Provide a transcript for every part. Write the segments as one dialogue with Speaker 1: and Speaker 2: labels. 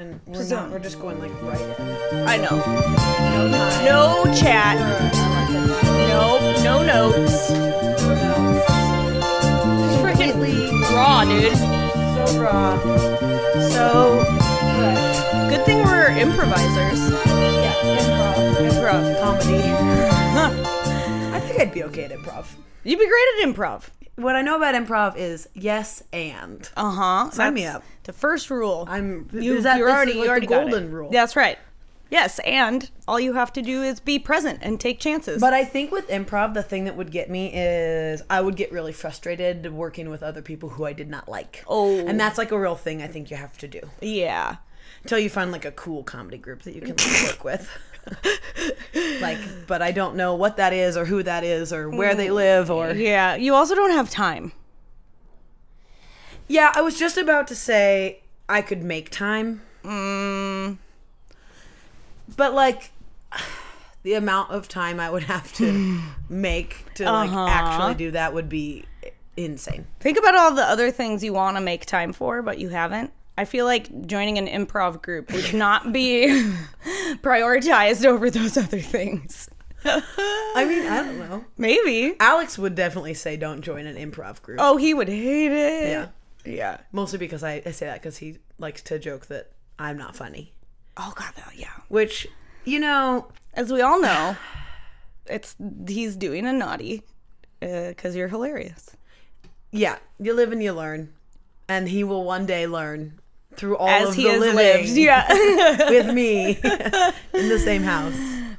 Speaker 1: And we're not. We're just going like right. in.
Speaker 2: I know.
Speaker 1: No time.
Speaker 2: No chat.
Speaker 1: No.
Speaker 2: No, no notes. Freaking raw, dude.
Speaker 1: So raw.
Speaker 2: So good thing we're improvisers.
Speaker 1: Yeah. Improv.
Speaker 2: Improv comedy.
Speaker 1: I think I'd be okay at improv.
Speaker 2: You'd be great at improv.
Speaker 1: What I know about improv is yes and.
Speaker 2: Uh huh.
Speaker 1: Uh-huh. Sign me up.
Speaker 2: The first rule.
Speaker 1: I'm.
Speaker 2: you,
Speaker 1: is that
Speaker 2: you're
Speaker 1: this is
Speaker 2: already
Speaker 1: like
Speaker 2: you already
Speaker 1: the
Speaker 2: got
Speaker 1: golden
Speaker 2: it.
Speaker 1: rule?
Speaker 2: That's right. Yes, and all you have to do is be present and take chances.
Speaker 1: But I think with improv, the thing that would get me is I would get really frustrated working with other people who I did not like.
Speaker 2: Oh.
Speaker 1: and that's like a real thing I think you have to do
Speaker 2: yeah.
Speaker 1: until you find like a cool comedy group that you can like, work with. like, but I don't know what that is or who that is or where they live or
Speaker 2: Yeah, you also don't have time.
Speaker 1: Yeah, I was just about to say I could make time.
Speaker 2: Mm.
Speaker 1: But like the amount of time I would have to make to
Speaker 2: Uh-huh.
Speaker 1: like actually do that would be insane.
Speaker 2: Think about all the other things you want to make time for, but you haven't. I feel like joining an improv group would not be prioritized over those other things.
Speaker 1: I mean, I don't know.
Speaker 2: Maybe.
Speaker 1: Alex would definitely say don't join an improv group.
Speaker 2: Oh, he would hate it.
Speaker 1: Yeah.
Speaker 2: Yeah.
Speaker 1: Mostly because I, I say that because he likes to joke that I'm not funny.
Speaker 2: Oh God. that- Yeah.
Speaker 1: Which, you know,
Speaker 2: As we all know, it's he's doing a naughty because you're hilarious.
Speaker 1: yeah, you live and you learn. And he will one day learn through all
Speaker 2: As
Speaker 1: of
Speaker 2: he
Speaker 1: the
Speaker 2: has
Speaker 1: living.
Speaker 2: lived. Yeah.
Speaker 1: with me in the same house.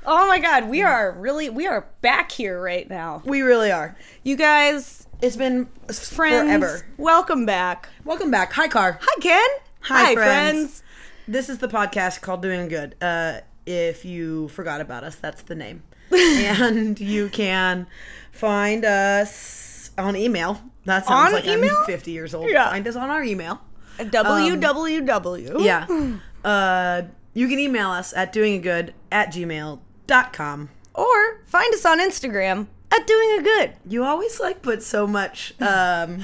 Speaker 2: oh my God. We are really we are back here right now.
Speaker 1: We really are.
Speaker 2: You guys,
Speaker 1: It's been
Speaker 2: friends,
Speaker 1: friends. forever.
Speaker 2: welcome back.
Speaker 1: Welcome back. Hi, Car.
Speaker 2: Hi, Ken.
Speaker 1: Hi, friends. This is the podcast called Doing Good. Uh, if you forgot about us, that's the name. and you can find us on email. That sounds
Speaker 2: On
Speaker 1: like
Speaker 2: email?
Speaker 1: I'm 50 years old.
Speaker 2: Yeah.
Speaker 1: Find us on our email.
Speaker 2: Um, www.
Speaker 1: Yeah. uh, you can email us at doinggood at gmail.com.
Speaker 2: Or find us on Instagram at doing a good.
Speaker 1: You always like put so much. Um,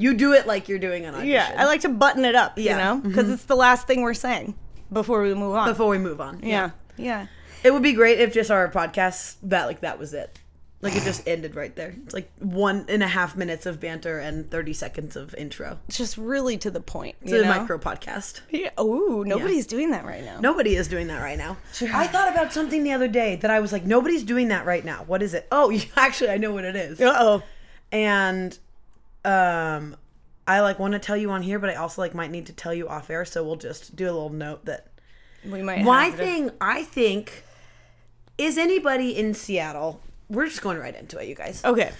Speaker 1: you do it like you're doing an audition.
Speaker 2: Yeah, I like to button it up,
Speaker 1: Yeah.
Speaker 2: you know, because it's the last thing we're saying Mm-hmm. before we move on.
Speaker 1: before we move on.
Speaker 2: yeah. yeah,
Speaker 1: It would be great if just our podcast that like that was it. Like it just ended right there. It's like one and a half minutes of banter and thirty seconds of intro.
Speaker 2: It's just really to the point.
Speaker 1: It's
Speaker 2: you
Speaker 1: a
Speaker 2: know?
Speaker 1: micro podcast.
Speaker 2: Yeah. Ooh, nobody's doing that right now.
Speaker 1: Nobody is doing that right now. I thought about something the other day that I was like, nobody's doing that right now. What is it? Oh, actually, I know what it is.
Speaker 2: Uh oh.
Speaker 1: And um, I like want to tell you on here, but I also like might need to tell you off air. So we'll just do a little note that
Speaker 2: We might.
Speaker 1: My
Speaker 2: have to-
Speaker 1: thing, I think, is anybody in Seattle? We're just going right into it, you guys.
Speaker 2: Okay.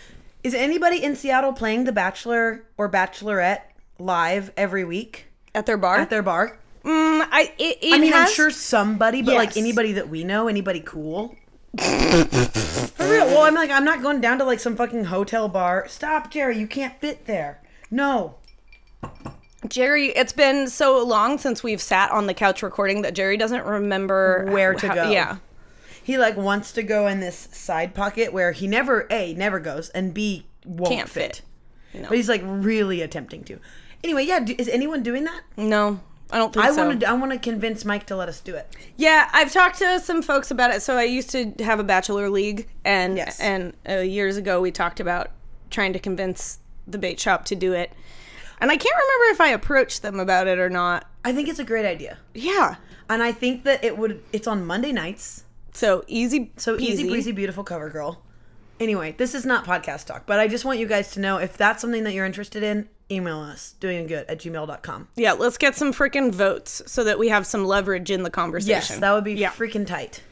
Speaker 1: Is anybody in Seattle playing The Bachelor or Bachelorette live every week
Speaker 2: At their bar.
Speaker 1: at their bar?
Speaker 2: mm, I. It, it
Speaker 1: I mean,
Speaker 2: has,
Speaker 1: I'm sure somebody, but
Speaker 2: Yes.
Speaker 1: like anybody that we know, anybody cool. For real. Well, I'm like, I'm not going down to like some fucking hotel bar. Stop, Jerry. You can't fit there. No.
Speaker 2: Jerry, it's been so long since we've sat on the couch recording that Jerry doesn't remember
Speaker 1: Where to
Speaker 2: how-
Speaker 1: go.
Speaker 2: Yeah.
Speaker 1: He like wants to go in this side pocket where he never a never goes and b won't
Speaker 2: Can't fit.
Speaker 1: But he's like really attempting to. Anyway, yeah, do, is anyone doing that?
Speaker 2: No, I don't think
Speaker 1: I
Speaker 2: so.
Speaker 1: want to. I want to convince Mike to let us do it.
Speaker 2: Yeah, I've talked to some folks about it. So I used to have a bachelor league, and
Speaker 1: Yes.
Speaker 2: and uh, years ago we talked about trying to convince the bait shop to do it, and I can't remember if I approached them about it or not.
Speaker 1: I think it's a great idea,
Speaker 2: Yeah,
Speaker 1: and I think that it would. It's on Monday nights,
Speaker 2: so easy,
Speaker 1: so easy
Speaker 2: peasy.
Speaker 1: breezy, beautiful cover girl. Anyway, this is not podcast talk, but I just want you guys to know if that's something that you're interested in, email us doinggood at gmail.com.
Speaker 2: Yeah, let's get some freaking votes so that we have some leverage in the
Speaker 1: Yes,
Speaker 2: conversation.
Speaker 1: that would be
Speaker 2: yeah.
Speaker 1: freaking tight.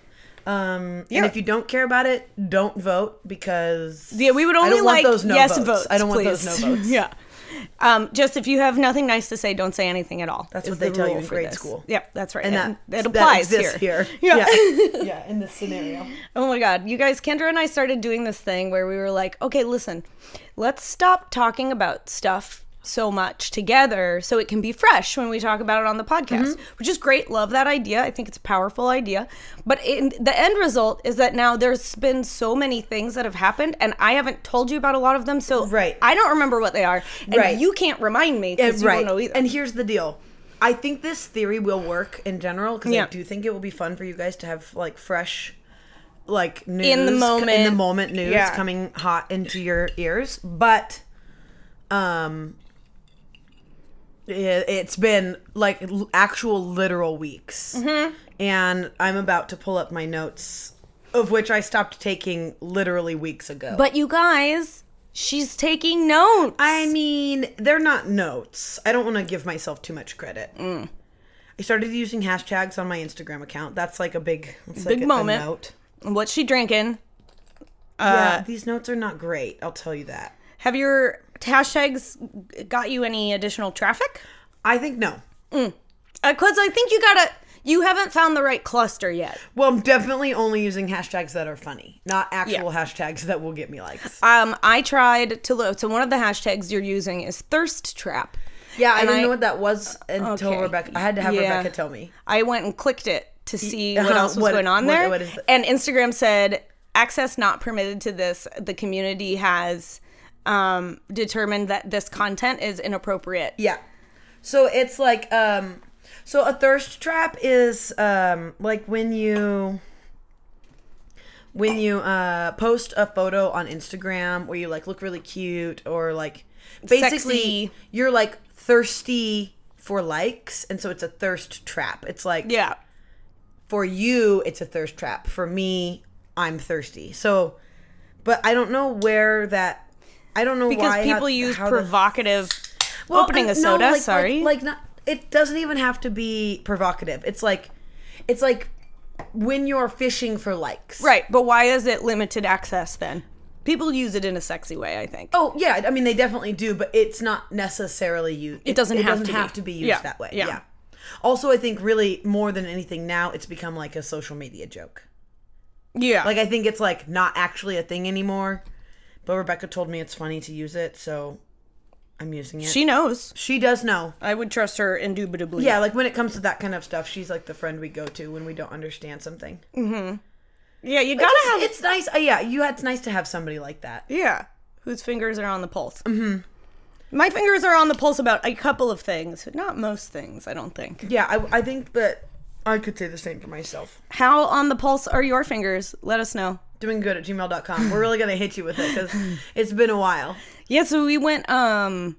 Speaker 1: Um,
Speaker 2: Yeah.
Speaker 1: And if you don't care about it, don't vote because
Speaker 2: Yeah, we would
Speaker 1: I
Speaker 2: only
Speaker 1: don't
Speaker 2: like
Speaker 1: want those no
Speaker 2: yes
Speaker 1: votes.
Speaker 2: votes.
Speaker 1: I don't want
Speaker 2: please.
Speaker 1: those no votes.
Speaker 2: yeah. Um, just if you have nothing nice to say, don't say anything at all.
Speaker 1: That's
Speaker 2: is
Speaker 1: what they
Speaker 2: the
Speaker 1: tell you
Speaker 2: rule
Speaker 1: in
Speaker 2: for
Speaker 1: grade
Speaker 2: this.
Speaker 1: school.
Speaker 2: Yep, that's right.
Speaker 1: and that
Speaker 2: it
Speaker 1: that
Speaker 2: applies
Speaker 1: exists
Speaker 2: here.
Speaker 1: Yeah,
Speaker 2: Yeah.
Speaker 1: yeah. in this scenario.
Speaker 2: Oh my God. You guys, Kendra and I started doing this thing where we were like, okay, listen, let's stop talking about stuff so much together so it can be fresh when we talk about it on the podcast,
Speaker 1: Mm-hmm.
Speaker 2: which is great. Love that idea. I think it's a powerful idea. But in, the end result is that now there's been so many things that have happened, and I haven't told you about a lot of them. So
Speaker 1: Right.
Speaker 2: I don't remember what they are. And
Speaker 1: Right. Eh,
Speaker 2: you can't remind me
Speaker 1: Yeah,
Speaker 2: because you don't know either.
Speaker 1: And here's the deal. I think this theory will work in general because
Speaker 2: Yeah.
Speaker 1: I do think it will be fun for you guys to have like fresh, like news
Speaker 2: the
Speaker 1: in the
Speaker 2: moment.
Speaker 1: moment news
Speaker 3: Yeah.
Speaker 1: coming hot into your ears. But, um, it, it's been like l- actual literal weeks,
Speaker 2: Mm-hmm.
Speaker 1: and I'm about to pull up my notes, of which I stopped taking literally weeks ago.
Speaker 2: But you guys, she's taking notes.
Speaker 1: I mean, they're not notes. I don't want to give myself too much credit.
Speaker 2: Mm.
Speaker 1: I started using hashtags on my Instagram account. That's like a big, it's like
Speaker 2: Big
Speaker 1: a- a
Speaker 2: moment. Uh,
Speaker 1: note.
Speaker 2: What's she drinking?
Speaker 1: yeah, these notes are not great. I'll tell you that.
Speaker 2: Have your hashtags g- got you any additional traffic?
Speaker 1: I think no.
Speaker 2: Because I think you gotta. You haven't found the right cluster yet.
Speaker 1: Well, I'm definitely only using hashtags that are funny, not actual hashtags that will get me likes.
Speaker 2: Um, I tried to look. So one of the hashtags you're using is thirst trap.
Speaker 1: Yeah, I
Speaker 2: And
Speaker 1: didn't
Speaker 2: I-
Speaker 1: know what that was until
Speaker 2: Okay.
Speaker 1: Rebecca. I had to have
Speaker 2: Yeah.
Speaker 1: Rebecca tell me.
Speaker 2: I went and clicked it to see what
Speaker 1: uh-huh,
Speaker 2: else was
Speaker 1: what-
Speaker 2: going on
Speaker 1: what-
Speaker 2: there.
Speaker 1: what is the-
Speaker 2: and Instagram said access not permitted to this. The community has um, determined that this content is inappropriate.
Speaker 1: Yeah. So it's like um so a thirst trap is um like when you when you uh post a photo on Instagram where you like look really cute or like basically
Speaker 2: Sexy.
Speaker 1: you're like thirsty for likes and so it's a thirst trap. It's like
Speaker 2: Yeah.
Speaker 1: for you it's a thirst trap. For me I'm thirsty. So but I don't know where that I don't know
Speaker 2: Because
Speaker 1: why how-
Speaker 2: people use
Speaker 1: how the-
Speaker 2: provocative
Speaker 1: well,
Speaker 2: opening
Speaker 1: uh,
Speaker 2: a soda.
Speaker 1: no, like,
Speaker 2: sorry.
Speaker 1: like, like not, it doesn't even have to be provocative. It's like, it's like when you're fishing for likes.
Speaker 2: right. But why is it limited access then? People use it in a sexy way, I think.
Speaker 1: Oh yeah, I mean they definitely do, but it's not necessarily used. It,
Speaker 2: doesn't
Speaker 1: it
Speaker 2: have
Speaker 1: doesn't
Speaker 2: to
Speaker 1: have
Speaker 2: be.
Speaker 1: to be used
Speaker 2: Yeah,
Speaker 1: that way.
Speaker 2: yeah.
Speaker 1: yeah. Also, I think really more than anything now, it's become like a social media joke.
Speaker 2: yeah.
Speaker 1: Like I think it's like not actually a thing anymore. But Rebecca told me it's funny to use it, so I'm using it.
Speaker 2: she knows.
Speaker 1: she does know.
Speaker 2: I would trust her indubitably.
Speaker 1: Yeah, like when it comes to that kind of stuff, she's like the friend we go to when we don't understand something.
Speaker 2: Yeah, you gotta
Speaker 1: it's,
Speaker 2: have
Speaker 1: it's nice. Uh, yeah, you. It's nice to have somebody like that.
Speaker 2: Yeah. Whose fingers are on the pulse. Mm-hmm. My fingers are on the pulse about a couple of things, not most things, I don't think.
Speaker 1: Yeah, I, I think that I could say the same for myself.
Speaker 2: How on the pulse are your fingers? Let us know.
Speaker 1: Doing good at gmail.com. We're really gonna hit you with it because it's been a while.
Speaker 2: Yeah, so we went um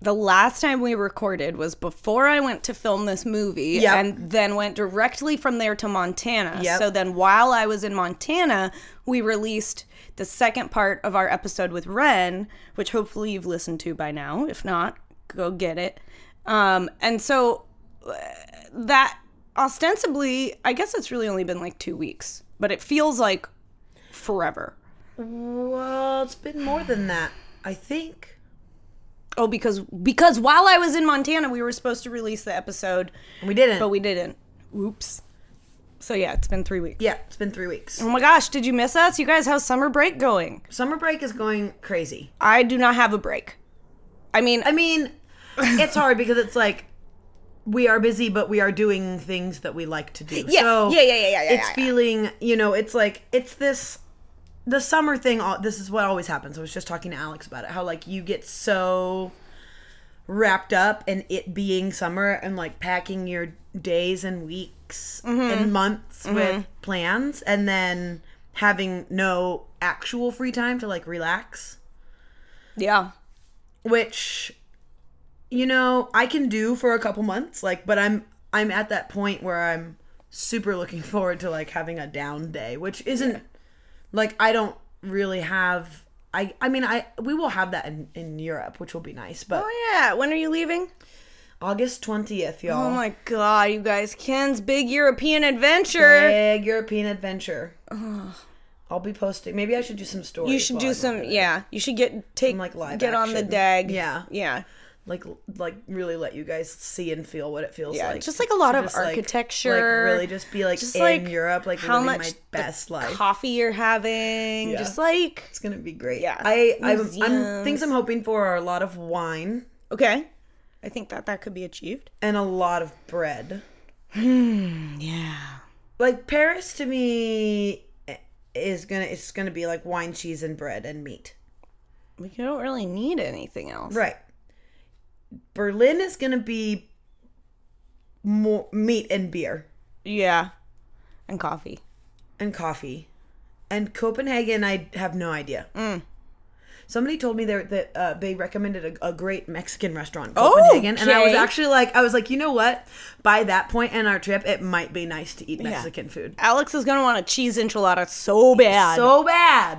Speaker 2: the last time we recorded was before I went to film this movie
Speaker 1: Yep.
Speaker 2: and then went directly from there to Montana.
Speaker 1: Yep.
Speaker 2: So then while I was in Montana, we released the second part of our episode with Ren, which hopefully you've listened to by now. If not, go get it. Um and so uh, that ostensibly, I guess it's really only been like 2 weeks, but it feels like forever.
Speaker 1: Well, it's been more than that. I think.
Speaker 2: Oh, because because while I was in Montana, we were supposed to release the episode,
Speaker 1: We didn't.
Speaker 2: but we didn't. Oops. So yeah, it's been three weeks.
Speaker 1: yeah, it's been three weeks.
Speaker 2: Oh my gosh, did you miss us? You guys, how's summer break going?
Speaker 1: Summer break is going crazy.
Speaker 2: I do not have a break. I mean,
Speaker 1: I mean, it's hard because it's like we are busy, but we are doing things that we like to do.
Speaker 2: Yeah,
Speaker 1: so
Speaker 2: yeah, yeah, yeah, yeah, yeah,
Speaker 1: It's
Speaker 2: yeah.
Speaker 1: feeling, you know, it's like it's this the summer thing. al- This is what always happens. I was just talking to Alex about it. How like you get so wrapped up in it being summer and like packing your days and
Speaker 2: Mm-hmm.
Speaker 1: weeks and months with plans, and then having no actual free time to like relax
Speaker 2: yeah,
Speaker 1: which you know I can do for a couple months like but I'm I'm at that point where I'm super looking forward to like having a down day which isn't like I don't really have I I mean I we will have that in, in Europe which will be nice but
Speaker 2: oh yeah. When are you leaving?
Speaker 1: August 20th
Speaker 2: Oh
Speaker 1: y'all
Speaker 2: my god, you guys, Ken's big European adventure.
Speaker 1: big European adventure I'll be posting maybe I should do some stories
Speaker 2: You should
Speaker 1: while
Speaker 2: do
Speaker 1: I'm
Speaker 2: some.
Speaker 1: at it.
Speaker 2: Yeah, you should get take
Speaker 1: like, live
Speaker 2: get on the
Speaker 1: action.
Speaker 2: dag.
Speaker 1: Yeah.
Speaker 2: yeah.
Speaker 1: like like really let you guys see and feel what it feels
Speaker 2: Yeah,
Speaker 1: like.
Speaker 2: just, like, a lot
Speaker 1: to
Speaker 2: of
Speaker 1: just, like-
Speaker 2: architecture,
Speaker 1: Like, really just be like
Speaker 2: just,
Speaker 1: in
Speaker 2: like,
Speaker 1: Europe, like
Speaker 2: How
Speaker 1: living
Speaker 2: much
Speaker 1: my
Speaker 2: the
Speaker 1: best life.
Speaker 2: coffee you're having?
Speaker 1: Yeah.
Speaker 2: Just like
Speaker 1: it's gonna be great.
Speaker 2: Yeah.
Speaker 1: I I'm, I'm
Speaker 2: Museums.
Speaker 1: things I'm hoping for are a lot of wine
Speaker 2: Okay. I think that that could be achieved.
Speaker 1: and a lot of bread.
Speaker 2: Hmm, Yeah.
Speaker 1: Like Paris to me eh, is gonna it's gonna be like wine, cheese, and bread and meat.
Speaker 2: We don't really need anything else.
Speaker 1: Right. Berlin is gonna be more meat and beer
Speaker 2: Yeah. And coffee.
Speaker 1: and coffee. And Copenhagen, I have no idea.
Speaker 2: Mm.
Speaker 1: Somebody told me there that uh, they recommended a, a great Mexican restaurant in Copenhagen, and I was
Speaker 2: Okay.
Speaker 1: actually like, I was like, you know what? By that point in our trip, it might be nice to eat Mexican food.
Speaker 2: Alex is gonna want a cheese enchilada so bad.
Speaker 1: So bad.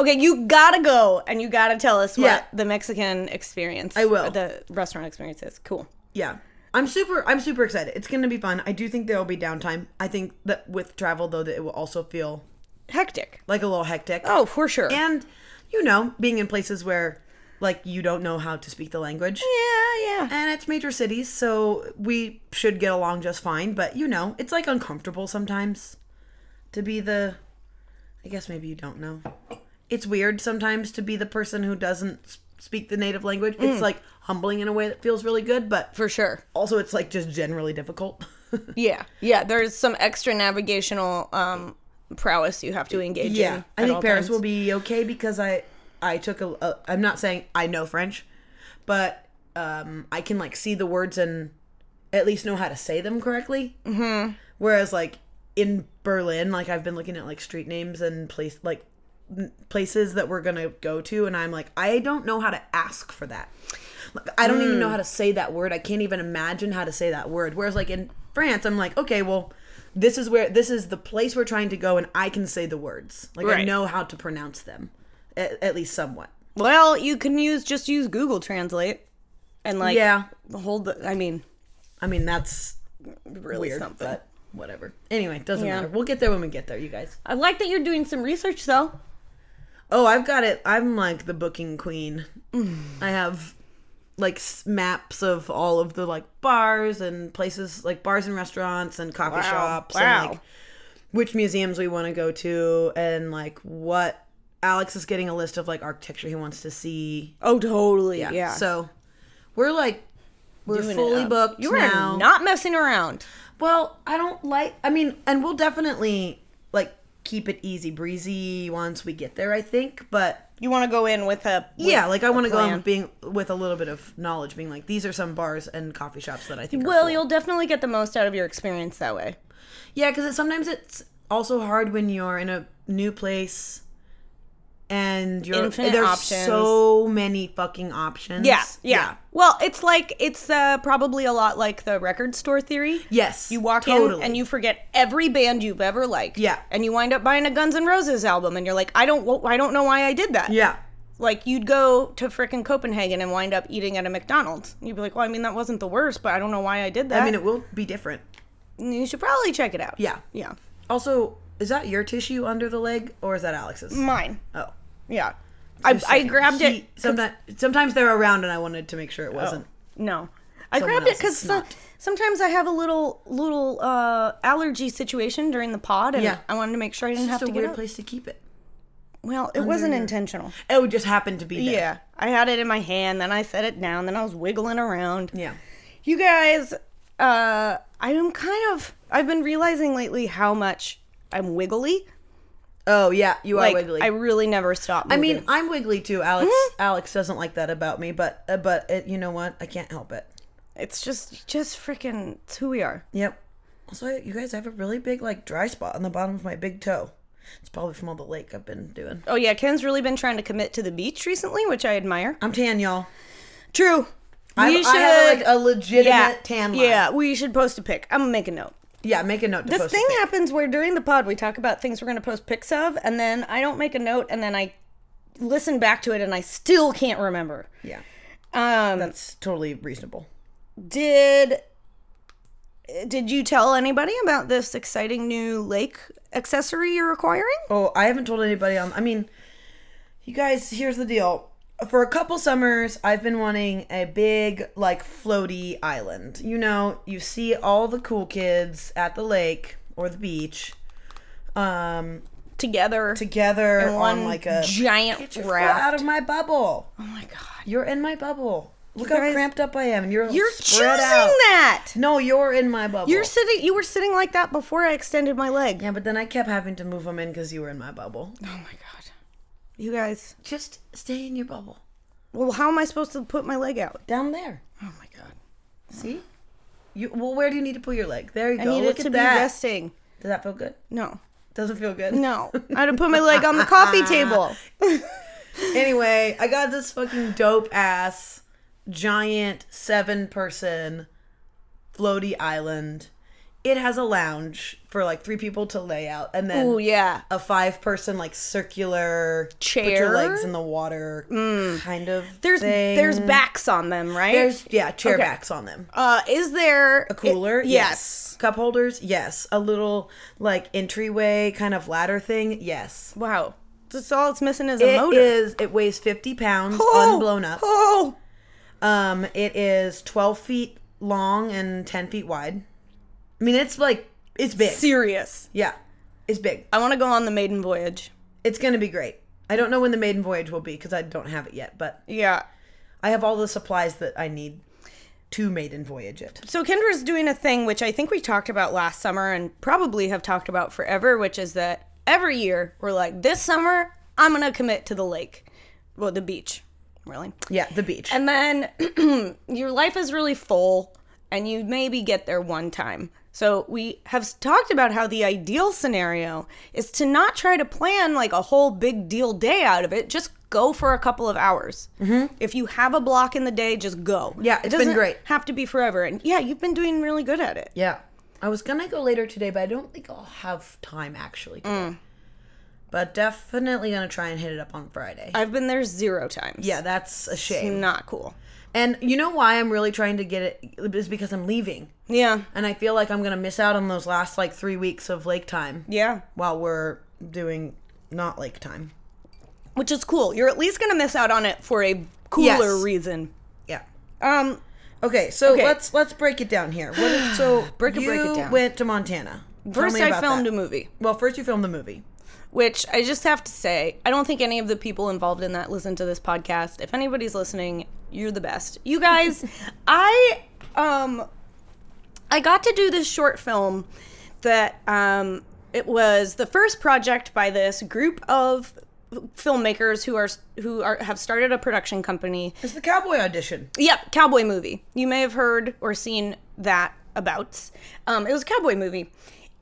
Speaker 2: okay, you gotta go and you gotta tell us what
Speaker 1: Yeah.
Speaker 2: the Mexican experience,
Speaker 1: I will.
Speaker 2: the restaurant experience is. Cool.
Speaker 1: Yeah. I'm super I'm super excited. It's going to be fun. I do think there'll be downtime. I think that with travel though that it will also feel
Speaker 2: Hectic.
Speaker 1: like a little hectic.
Speaker 2: Oh, for sure.
Speaker 1: And you know, being in places where like you don't know how to speak the language.
Speaker 2: yeah, yeah.
Speaker 1: And it's major cities, so we should get along just fine, but you know, it's like uncomfortable sometimes to be the I guess maybe you don't know. It's weird sometimes to be the person who doesn't s- speak the native language.
Speaker 2: Mm.
Speaker 1: It's like humbling in a way that feels really good, but
Speaker 2: For sure.
Speaker 1: also it's like just generally difficult
Speaker 2: Yeah. Yeah. There's some extra navigational um prowess you have to engage in.
Speaker 1: i
Speaker 2: at
Speaker 1: think
Speaker 2: all
Speaker 1: paris
Speaker 2: times.
Speaker 1: will be okay because i i took a, a i'm not saying i know french but um i can like see the words and at least know how to say them correctly mm-hmm. whereas like in berlin like i've been looking at like street names and place like n- places that we're gonna go to and i'm like i don't know how to ask for that Like, i don't even know how to say that word i can't even imagine how to say that word whereas like in france i'm like okay well this is where this is the place we're trying to go and i can say the words like i
Speaker 2: Right.
Speaker 1: know how to pronounce them at, at least somewhat
Speaker 2: Well, you can use just use Google Translate and like
Speaker 1: yeah
Speaker 2: hold the I mean
Speaker 1: i mean that's
Speaker 2: really
Speaker 1: weird
Speaker 2: something.
Speaker 1: but whatever anyway doesn't
Speaker 2: Yeah.
Speaker 1: matter we'll get there when we get there you guys
Speaker 2: I like that you're doing some research though.
Speaker 1: Oh, I've got it. I'm like the booking queen.
Speaker 2: Mm.
Speaker 1: I have like s- maps of all of the like bars and places, like bars and restaurants and coffee shops, and like
Speaker 2: Wow.
Speaker 1: which museums we want to go to, and like what Alex is getting a list of like architecture he wants to see.
Speaker 2: Oh totally. Yeah.
Speaker 1: So we're like we're
Speaker 2: Doing it
Speaker 1: fully
Speaker 2: up.
Speaker 1: booked.
Speaker 2: You
Speaker 1: now.
Speaker 2: are not messing around.
Speaker 1: Well, I don't like. I mean, and we'll definitely like keep it easy breezy once we get there. I think, but.
Speaker 2: You want to go in with a with
Speaker 1: yeah, like I
Speaker 2: a
Speaker 1: want to go
Speaker 2: plan.
Speaker 1: on being with a little bit of knowledge, being like these are some bars and coffee shops that I think. Are
Speaker 2: Well,
Speaker 1: cool.
Speaker 2: you'll definitely get the most out of your experience that way.
Speaker 1: yeah, because it, sometimes it's also hard when you're in a new place and you're
Speaker 2: Infinite
Speaker 1: there's
Speaker 2: options.
Speaker 1: so many fucking options.
Speaker 2: Yeah, yeah. Well, it's like it's uh, probably a lot like the record store theory.
Speaker 1: Yes,
Speaker 2: You walk in and you forget every band you've ever liked.
Speaker 1: Yeah.
Speaker 2: And you wind up buying a Guns N' Roses album, and you're like, I don't, wo- I don't know why I did that.
Speaker 1: yeah.
Speaker 2: Like you'd go to frickin' Copenhagen and wind up eating at a McDonald's. You'd be like, Well, I mean, that wasn't the worst, but I don't know why I did that.
Speaker 1: I mean, it will be different.
Speaker 2: you should probably check it out.
Speaker 1: Yeah.
Speaker 2: Yeah.
Speaker 1: Also, is that your tissue under the leg or is that Alex's?
Speaker 2: Mine.
Speaker 1: Oh,
Speaker 2: Yeah. Mm. I, I grabbed it. Oh.
Speaker 1: Sometimes, sometimes they're around, and I wanted to make sure it wasn't.
Speaker 2: No. I
Speaker 1: Someone
Speaker 2: grabbed it
Speaker 1: else's
Speaker 2: because
Speaker 1: snot.
Speaker 2: sometimes I have a little little uh, allergy situation during the pod, and
Speaker 1: Yeah.
Speaker 2: I wanted to make sure I didn't
Speaker 1: It's
Speaker 2: have
Speaker 1: just
Speaker 2: to
Speaker 1: a
Speaker 2: get
Speaker 1: weird
Speaker 2: up.
Speaker 1: place to keep it.
Speaker 2: Well, it wasn't intentional.
Speaker 1: It would just happen to be there.
Speaker 2: Yeah, I had it in my hand, then I set it down, then I was wiggling around.
Speaker 1: Yeah.
Speaker 2: You guys, uh, I am kind of. I've been realizing lately how much I'm wiggly.
Speaker 1: Oh yeah, you are
Speaker 2: Like
Speaker 1: wiggly.
Speaker 2: I
Speaker 1: I,
Speaker 2: really never stop. Moving.
Speaker 1: mean, I'm wiggly Mm-hmm. too. Alex Alex doesn't like that about me, but uh, but uh, you know what? I can't help it.
Speaker 2: it's just just freaking. It's who we are.
Speaker 1: Yep. Also, you guys I have a really big like dry spot on the bottom of my big toe. It's probably from all the lake I've been doing.
Speaker 2: Oh yeah, Ken's really been trying to commit to the beach recently, which I admire.
Speaker 1: I'm tan, y'all.
Speaker 2: True.
Speaker 1: I, I have like a legitimate tan line.
Speaker 2: Yeah, we should post a pic. I'm gonna make a note.
Speaker 1: Yeah, make a note to
Speaker 2: This
Speaker 1: post.
Speaker 2: thing
Speaker 1: it.
Speaker 2: happens where during the pod we talk about things we're gonna post pics of, and then I don't make a note, and then I listen back to it, and I still can't remember.
Speaker 1: Yeah,
Speaker 2: Um,
Speaker 1: that's totally reasonable.
Speaker 2: did did you tell anybody about this exciting new lake accessory you're acquiring?
Speaker 1: Oh, I haven't told anybody on. I mean, you guys, here's the deal. For a couple summers, I've been wanting a big, like, floaty island. You know, you see all the cool kids at the lake or the beach um,
Speaker 2: Together,
Speaker 1: together
Speaker 2: one
Speaker 1: on, like, a.
Speaker 2: giant
Speaker 1: Get your foot out
Speaker 2: raft.
Speaker 1: of my bubble.
Speaker 2: Oh my god,
Speaker 1: You're in my bubble. Look how
Speaker 2: guys-
Speaker 1: cramped up I am. You're,
Speaker 2: you're choosing
Speaker 1: spread out.
Speaker 2: that.
Speaker 1: No, you're in my bubble.
Speaker 2: You're sitting. You were sitting like that before I extended my leg.
Speaker 1: yeah, but then I kept having to move them in because you were in my bubble.
Speaker 2: Oh my god, you guys.
Speaker 1: Just stay in your bubble.
Speaker 2: Well, how am I supposed to put my leg out?
Speaker 1: Down there.
Speaker 2: Oh my god.
Speaker 1: See? You well, where do you need to put your leg? There you
Speaker 2: I
Speaker 1: go.
Speaker 2: need
Speaker 1: Look
Speaker 2: it
Speaker 1: at
Speaker 2: to be
Speaker 1: that.
Speaker 2: resting.
Speaker 1: Does that feel good?
Speaker 2: No.
Speaker 1: Doesn't feel good.
Speaker 2: No. I had to put my leg on the coffee table.
Speaker 1: anyway, I got this fucking dope ass giant seven person floaty island. It has a lounge for like three people to lay out, and then
Speaker 2: Oh yeah.
Speaker 1: a five person like circular Put
Speaker 2: Chair? Mm.
Speaker 1: your legs in the water, kind of.
Speaker 2: There's
Speaker 1: thing.
Speaker 2: there's backs on them, right?
Speaker 1: There's yeah chair backs on them.
Speaker 2: uh is there a
Speaker 1: Cooler,
Speaker 2: yes.
Speaker 1: Cup holders, yes. A little like entryway kind of ladder thing, yes.
Speaker 2: Wow. That's all it's missing is a
Speaker 1: It is.
Speaker 2: motor.
Speaker 1: It weighs fifty pounds,
Speaker 2: Oh,
Speaker 1: unblown up.
Speaker 2: Oh.
Speaker 1: Um, it is twelve feet long and ten feet wide. I mean, it's like it's big.
Speaker 2: Serious.
Speaker 1: Yeah, it's big.
Speaker 2: I want to go on the maiden voyage.
Speaker 1: It's gonna be great. I don't know when the maiden voyage will be because I don't have it yet, but
Speaker 2: Yeah.
Speaker 1: I have all the supplies that I need to maiden voyage it.
Speaker 2: So Kendra's doing a thing which I think we talked about last summer and probably have talked about forever, which is that every year we're like, this summer I'm gonna commit to the lake, well, the beach, really.
Speaker 1: Yeah, the beach.
Speaker 2: And then your life is really full, and you maybe get there one time. So we have s- talked about how the ideal scenario is to not try to plan like a whole big deal day out of it. Just go for a couple of hours. If you have a block in the day, just go.
Speaker 1: Mm-hmm. Yeah,
Speaker 2: it
Speaker 1: it's been
Speaker 2: doesn't
Speaker 1: great.
Speaker 2: Have to be forever, and yeah, you've been doing really good at it.
Speaker 1: Yeah. I was gonna go later today, but I don't think I'll have time actually. today.
Speaker 2: Mm.
Speaker 1: But definitely gonna try and hit it up on Friday.
Speaker 2: I've been there zero times.
Speaker 1: yeah, that's a shame.
Speaker 2: not cool.
Speaker 1: And you know why I'm really trying to get it is because I'm leaving,
Speaker 2: Yeah,
Speaker 1: and I feel like I'm gonna miss out on those last like three weeks of lake time
Speaker 2: yeah.
Speaker 1: while we're doing not lake time.
Speaker 2: Which is cool. You're at least gonna miss out on it for a cooler
Speaker 1: Yes.
Speaker 2: reason.
Speaker 1: Yeah.
Speaker 2: Um,
Speaker 1: Okay, so
Speaker 2: Okay.
Speaker 1: let's let's break it down here. What if, so break
Speaker 2: it- break it down.
Speaker 1: went to Montana. Tell
Speaker 2: first
Speaker 1: me
Speaker 2: I
Speaker 1: about
Speaker 2: filmed
Speaker 1: that.
Speaker 2: a movie.
Speaker 1: Well, first you filmed the movie.
Speaker 2: which I just have to say, I don't think any of the people involved in that listen to this podcast. If anybody's listening, you're the best. You guys, I um I got to do this short film that um it was the first project by this group of filmmakers who are who are have started a production company
Speaker 1: It's the cowboy audition.
Speaker 2: Yep, cowboy movie. You may have heard or seen that about. Um, it was a cowboy movie,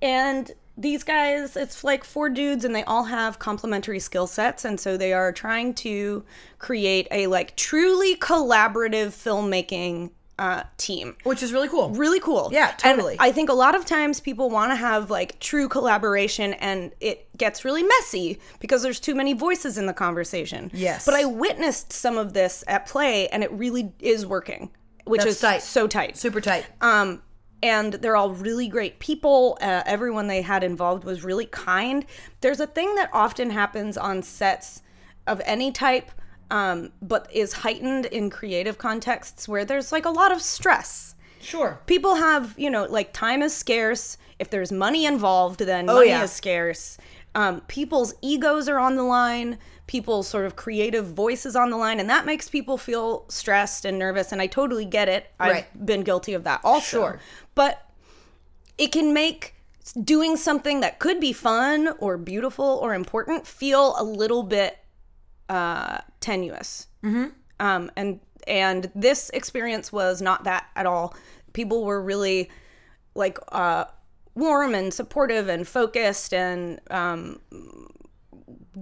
Speaker 2: and these guys, it's like four dudes, and they all have complementary skill sets, and so they are trying to create a like truly collaborative filmmaking uh, team
Speaker 1: Which is really cool.
Speaker 2: really cool.
Speaker 1: Yeah,
Speaker 2: And
Speaker 1: totally.
Speaker 2: I think a lot of times people want to have like true collaboration and it gets really messy because there's too many voices in the conversation.
Speaker 1: Yes.
Speaker 2: But I witnessed some of this at play and it really is working, which
Speaker 1: That's
Speaker 2: is
Speaker 1: tight.
Speaker 2: so tight.
Speaker 1: Super tight.
Speaker 2: Um, and they're all really great people. Uh, everyone they had involved was really kind. There's a thing that often happens on sets of any type, um, but is heightened in creative contexts where there's like a lot of stress
Speaker 1: Sure.
Speaker 2: people have you know like time is scarce if there's money involved then money
Speaker 1: Oh, yeah.
Speaker 2: is scarce um, people's egos are on the line people's sort of creative voices on the line and that makes people feel stressed and nervous and i totally get it i've
Speaker 1: Right.
Speaker 2: been guilty of that also
Speaker 1: Sure.
Speaker 2: but it can make doing something that could be fun or beautiful or important feel a little bit uh, tenuous. Um, and and this experience was not that at all. People were really like uh, warm and supportive and focused and um,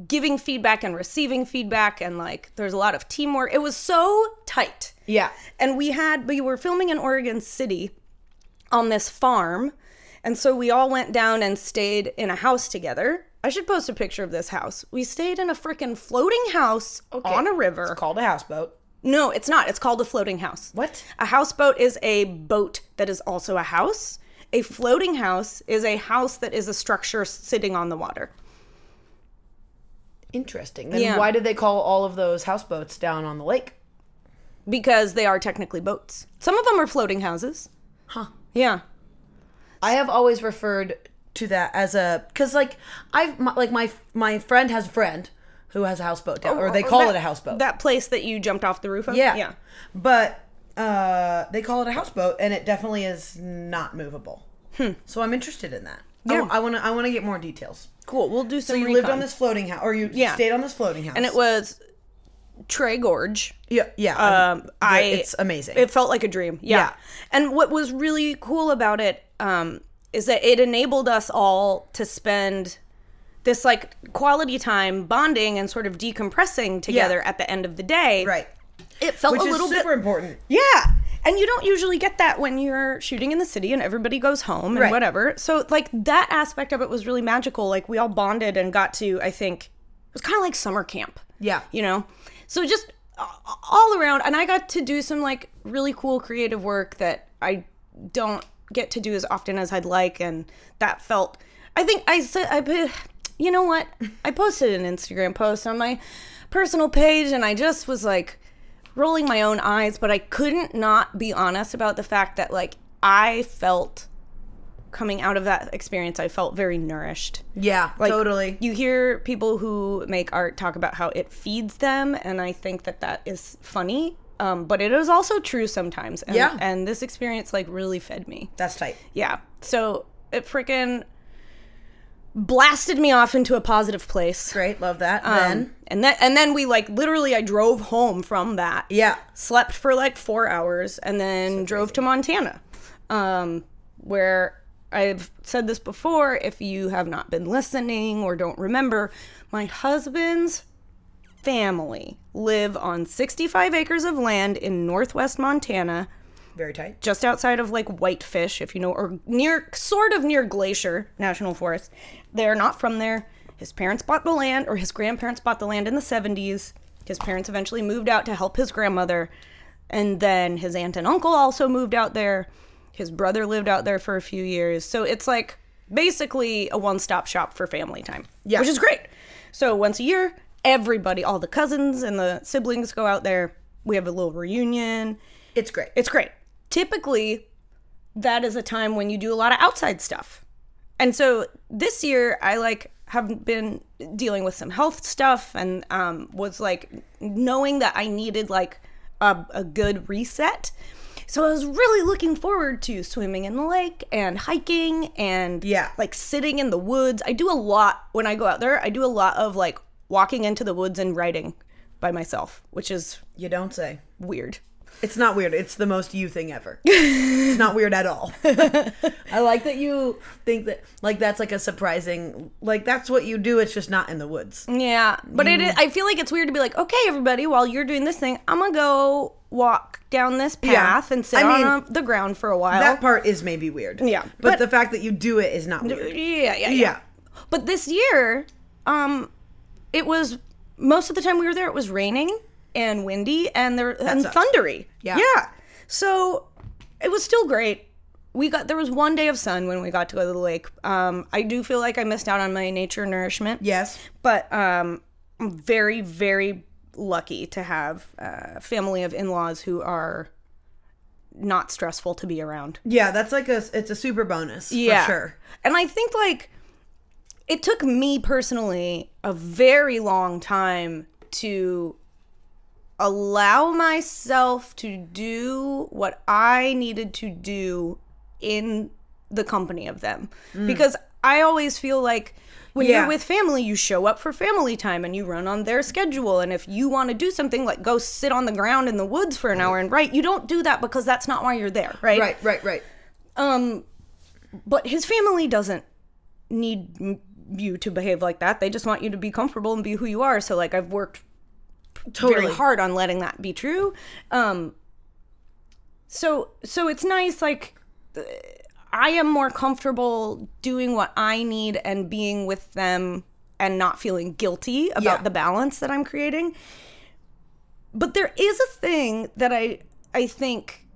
Speaker 2: giving feedback and receiving feedback and like there's a lot of teamwork. It was so tight.
Speaker 1: Yeah.
Speaker 2: And we had, we were filming in Oregon City on this farm. And so we all went down and stayed in a house together. I should post a picture of this house. We stayed in a freaking floating house on a river.
Speaker 1: Called a houseboat.
Speaker 2: no, it's not. It's called a floating house.
Speaker 1: What?
Speaker 2: A houseboat is a boat that is also a house. A floating house is a house that is a structure sitting on the water.
Speaker 1: Interesting. Then
Speaker 2: Yeah.
Speaker 1: why did they call all of those houseboats down on the lake?
Speaker 2: because they are technically boats. Some of them are floating houses.
Speaker 1: Huh.
Speaker 2: Yeah.
Speaker 1: I have always referred to that as a because like I've my, like my my friend has a friend who has a houseboat down, or they call
Speaker 2: Oh, that-
Speaker 1: it a houseboat.
Speaker 2: That place that you jumped off the roof of?
Speaker 1: yeah,
Speaker 2: Yeah.
Speaker 1: But uh, they call it a houseboat, and it definitely is not movable. So I'm interested in that.
Speaker 2: Hmm. Yeah.
Speaker 1: I want to I want to get more details.
Speaker 2: Cool. We'll do some
Speaker 1: You lived on this floating house, or you
Speaker 2: Yeah.
Speaker 1: stayed on this floating house,
Speaker 2: And it was Trey Gorge.
Speaker 1: Yeah, yeah. I'm-
Speaker 2: Um, I
Speaker 1: it's amazing.
Speaker 2: It felt like a dream. Yeah.
Speaker 1: Yeah.
Speaker 2: And what was really cool about it um, is that it enabled us all to spend this like quality time bonding and sort of decompressing together at the end of the day.
Speaker 1: right.
Speaker 2: It felt
Speaker 1: Which
Speaker 2: a
Speaker 1: is
Speaker 2: little
Speaker 1: super
Speaker 2: bit
Speaker 1: important.
Speaker 2: yeah. And you don't usually get that when you're shooting in the city and everybody goes home and
Speaker 1: Right.
Speaker 2: whatever. So like that aspect of it was really magical. Like we all bonded and got to I think it was kind of like summer camp.
Speaker 1: Yeah.
Speaker 2: You know. So just a- all around and I got to do some like really cool creative work that I don't get to do as often as I'd like and that felt I think I said I put- you know what? I posted an Instagram post on my personal page and I just was like rolling my own eyes, but I couldn't not be honest about the fact that like I felt coming out of that experience, I felt very nourished.
Speaker 1: Yeah, totally.
Speaker 2: You hear people who make art talk about how it feeds them, and I think that that is funny. Um, but it is also true sometimes. And,
Speaker 1: Yeah.
Speaker 2: And this experience like really fed me.
Speaker 1: That's tight.
Speaker 2: Yeah. So it freaking blasted me off into a positive place.
Speaker 1: Great. Love that.
Speaker 2: Um,
Speaker 1: then.
Speaker 2: And then and then we like literally I drove home from that
Speaker 1: Yeah.
Speaker 2: slept for like four hours and then drove to montana um, where i've said this before if you have not been listening or don't remember my husband's family live on 65 acres of land in northwest montana
Speaker 1: Very tight.
Speaker 2: just outside of like whitefish if you know or near sort of near glacier national forest they're not from there his parents bought the land or his grandparents bought the land in the 70s his parents eventually moved out to help his grandmother and then his aunt and uncle also moved out there his brother lived out there for a few years so it's like basically a one-stop shop for family time
Speaker 1: Yeah.
Speaker 2: which is great so once a year everybody all the cousins and the siblings go out there we have a little reunion
Speaker 1: It's great.
Speaker 2: it's great. Typically, that is a time when you do a lot of outside stuff. And so this year, I like have been dealing with some health stuff and um, was like knowing that I needed like a, a good reset. So I was really looking forward to swimming in the lake and hiking and
Speaker 1: Yeah.
Speaker 2: like sitting in the woods. I do a lot when I go out there. I do a lot of like walking into the woods and writing by myself, which is
Speaker 1: you don't say.
Speaker 2: weird.
Speaker 1: It's not weird. It's the most you thing ever. it's not weird at all. I like that you think that like that's like a surprising like that's what you do. It's just not in the woods.
Speaker 2: Yeah, but it
Speaker 1: Mm.
Speaker 2: I feel like it's weird to be like, okay, everybody, while you're doing this thing, I'm gonna go walk down this path and sit
Speaker 1: I mean,
Speaker 2: on uh the ground for a while.
Speaker 1: That part is maybe weird.
Speaker 2: Yeah,
Speaker 1: but,
Speaker 2: but-
Speaker 1: the fact that you do it is not
Speaker 2: yeah,
Speaker 1: weird.
Speaker 2: yeah, yeah,
Speaker 1: Yeah.
Speaker 2: But this year, um, it was most of the time we were there. It was raining and windy and there and
Speaker 1: sucks.
Speaker 2: thundery.
Speaker 1: Yeah.
Speaker 2: yeah. So it was still great. We got there was one day of sun when we got to go to the lake. Um, I do feel like I missed out on my nature nourishment.
Speaker 1: Yes.
Speaker 2: but um, I'm very, very lucky to have a family of in-laws who are not stressful to be around.
Speaker 1: Yeah, that's like a it's a super bonus for sure.
Speaker 2: And I think like it took me personally a very long time to allow myself to do what I needed to do in the company of them. Because I always feel like when
Speaker 1: Yeah.
Speaker 2: you're with family, you show up for family time and you run on their schedule. And if you want to do something like go sit on the ground in the woods for an hour and write, you don't do that because that's not why you're there, right?
Speaker 1: Right, right, right.
Speaker 2: Um, but his family doesn't need m- you to behave like that. They just want you to be comfortable and be who you are. So like I've worked
Speaker 1: Totally.
Speaker 2: very hard on letting that be true. Um, so so it's nice like th- I am more comfortable doing what I need and being with them and not feeling guilty about
Speaker 1: Yeah.
Speaker 2: the balance that I'm creating. But there is a thing that I I think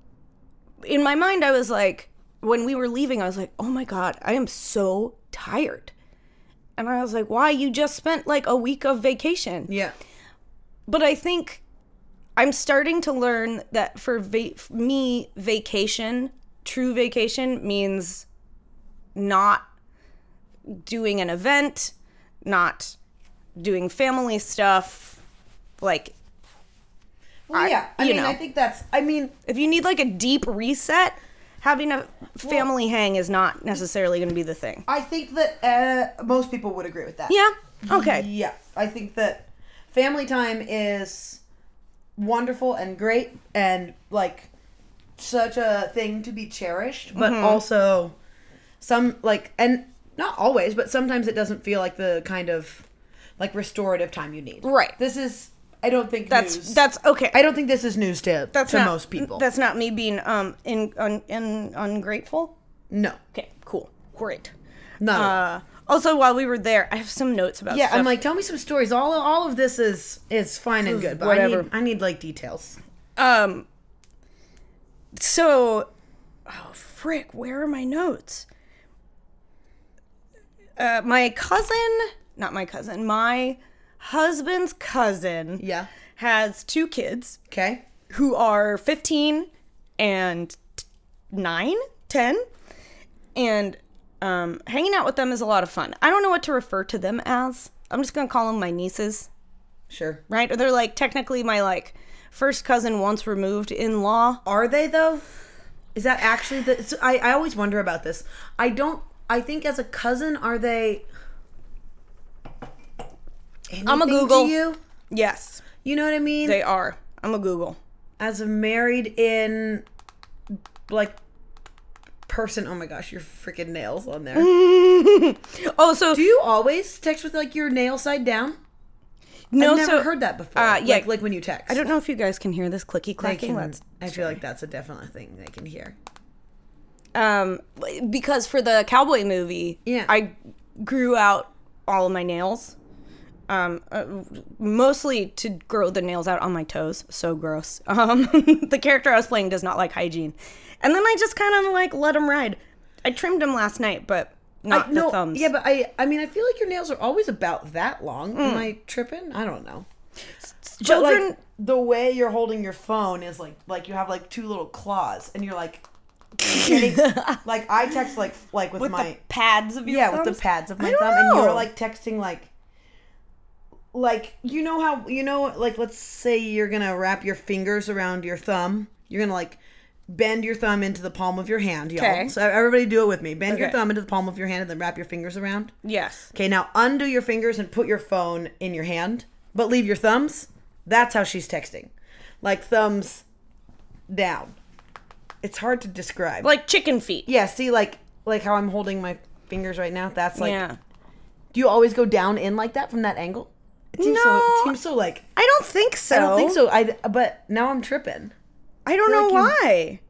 Speaker 2: in my mind I was like when we were leaving I was like, "Oh my god, I am so tired." And I was like, "Why you just spent like a week of vacation?"
Speaker 1: Yeah.
Speaker 2: but I think I'm starting to learn that for va- for me, vacation, true vacation, means not doing an event, not doing family stuff. Like,
Speaker 1: Well,
Speaker 2: I-
Speaker 1: yeah. I
Speaker 2: you
Speaker 1: mean,
Speaker 2: know.
Speaker 1: I think that's I mean,
Speaker 2: if you need like a deep reset, having a family hang is not necessarily going to be the thing.
Speaker 1: I think that uh, most people would agree with that.
Speaker 2: Yeah. Okay.
Speaker 1: Yeah, I think that family time is wonderful and great and like such a thing to be cherished, but
Speaker 2: Mm-hmm.
Speaker 1: also some like and not always, but sometimes it doesn't feel like the kind of like restorative time you need.
Speaker 2: Right.
Speaker 1: This is I don't think
Speaker 2: That's
Speaker 1: news-
Speaker 2: that's okay.
Speaker 1: I don't think this is news to
Speaker 2: that's
Speaker 1: to
Speaker 2: not-
Speaker 1: most people.
Speaker 2: That's not me being um in un, in ungrateful.
Speaker 1: no.
Speaker 2: Okay, cool, great.
Speaker 1: Not at all.
Speaker 2: Uh, also, while we were there, I have some notes about.
Speaker 1: Yeah,
Speaker 2: stuff.
Speaker 1: I'm like, tell me some stories. All all of this is is fine and good, but I
Speaker 2: whatever.
Speaker 1: need I need like details.
Speaker 2: um. So, oh frick, where are my notes? Uh, my cousin, not my cousin, my husband's cousin
Speaker 1: Yeah.
Speaker 2: has two kids
Speaker 1: Okay.
Speaker 2: who are 15 and t- 9, 10. And um, hanging out with them is a lot of fun. I don't know what to refer to them as. I'm just going to call them my nieces,
Speaker 1: Sure.
Speaker 2: right? Or they're like technically my like first cousin once removed in law.
Speaker 1: Are they though? Is that actually the? so I I always wonder about this. I don't. I think as a cousin, are they?
Speaker 2: I'ma
Speaker 1: anything to
Speaker 2: Google.
Speaker 1: you.
Speaker 2: Yes,
Speaker 1: You know what I mean?
Speaker 2: they are. I'm a Google.
Speaker 1: as a married in like person. Oh my gosh, your freaking nails on there.
Speaker 2: Mm. Oh, so
Speaker 1: Do you always text with like your nail side down?
Speaker 2: no,
Speaker 1: I've never
Speaker 2: so
Speaker 1: heard that before.
Speaker 2: uh, yeah.
Speaker 1: like, like when you text.
Speaker 2: I don't know if you guys can hear this clicky
Speaker 1: I
Speaker 2: clacking.
Speaker 1: can-
Speaker 2: Let's-
Speaker 1: I feel like that's a definite thing they can hear.
Speaker 2: um because for the cowboy movie
Speaker 1: Yeah.
Speaker 2: i grew out all of my nails um uh, mostly to grow the nails out on my toes so gross um the character i was playing does not like hygiene and then i just kind of like let them ride i trimmed them last night but not the thumbs
Speaker 1: yeah, but I I mean I feel like your nails are always about that long. Am I tripping? I don't know. But
Speaker 2: Mm. children
Speaker 1: like the way you're holding your phone is like like you have like two little claws and you're like getting, like I text like like with,
Speaker 2: with
Speaker 1: my
Speaker 2: the pads of your
Speaker 1: yeah with
Speaker 2: thumbs?
Speaker 1: the pads of my
Speaker 2: I don't
Speaker 1: thumb and
Speaker 2: know.
Speaker 1: you're like texting like like you know how you know like let's say you're gonna wrap your fingers around your thumb you're gonna like bend your thumb into the palm of your hand y'all
Speaker 2: Okay.
Speaker 1: so everybody do it with me bend your
Speaker 2: Okay.
Speaker 1: thumb into the palm of your hand and then wrap your fingers around
Speaker 2: yes
Speaker 1: okay now undo your fingers and put your phone in your hand but leave your thumbs that's how she's texting like thumbs down it's hard to describe
Speaker 2: like chicken feet
Speaker 1: yeah see like like how i'm holding my fingers right now that's like
Speaker 2: yeah
Speaker 1: do you always go down in like that from that angle? It seems so
Speaker 2: No.
Speaker 1: it seems so like
Speaker 2: i don't think so
Speaker 1: I don't think so. I but now I'm tripping.
Speaker 2: i don't know
Speaker 1: like
Speaker 2: why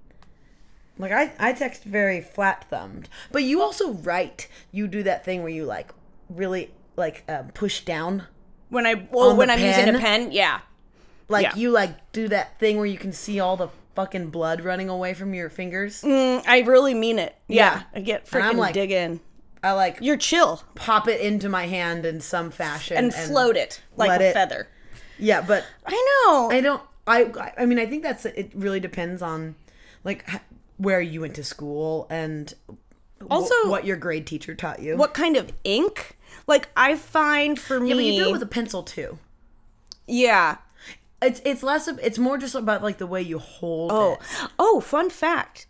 Speaker 1: Like I I text very flat thumbed. But you also write. You do that thing where you like really like um, push down.
Speaker 2: when i well,
Speaker 1: the
Speaker 2: when i'm using a
Speaker 1: pen?
Speaker 2: pen yeah
Speaker 1: Like
Speaker 2: Yeah.
Speaker 1: you like do that thing where you can see all the fucking blood running away from your fingers.
Speaker 2: I really mean it. Yeah.
Speaker 1: Yeah.
Speaker 2: I get
Speaker 1: And I'm
Speaker 2: freaking
Speaker 1: like-
Speaker 2: dig in.
Speaker 1: I like
Speaker 2: You're chill
Speaker 1: pop it into my hand in some fashion
Speaker 2: and, float it like
Speaker 1: let
Speaker 2: a
Speaker 1: it-
Speaker 2: feather.
Speaker 1: Yeah, but
Speaker 2: I know.
Speaker 1: I don't. I. I mean, I think that's. It really depends on, like, h- where you went to school and wh-
Speaker 2: Also-
Speaker 1: what your grade teacher taught you.
Speaker 2: what kind of ink? Like I find for me
Speaker 1: I mean, you do it with a pencil too.
Speaker 2: Yeah.
Speaker 1: It's it's less. Of, it's more just about like the way you hold.
Speaker 2: Oh.
Speaker 1: it.
Speaker 2: Oh, fun fact.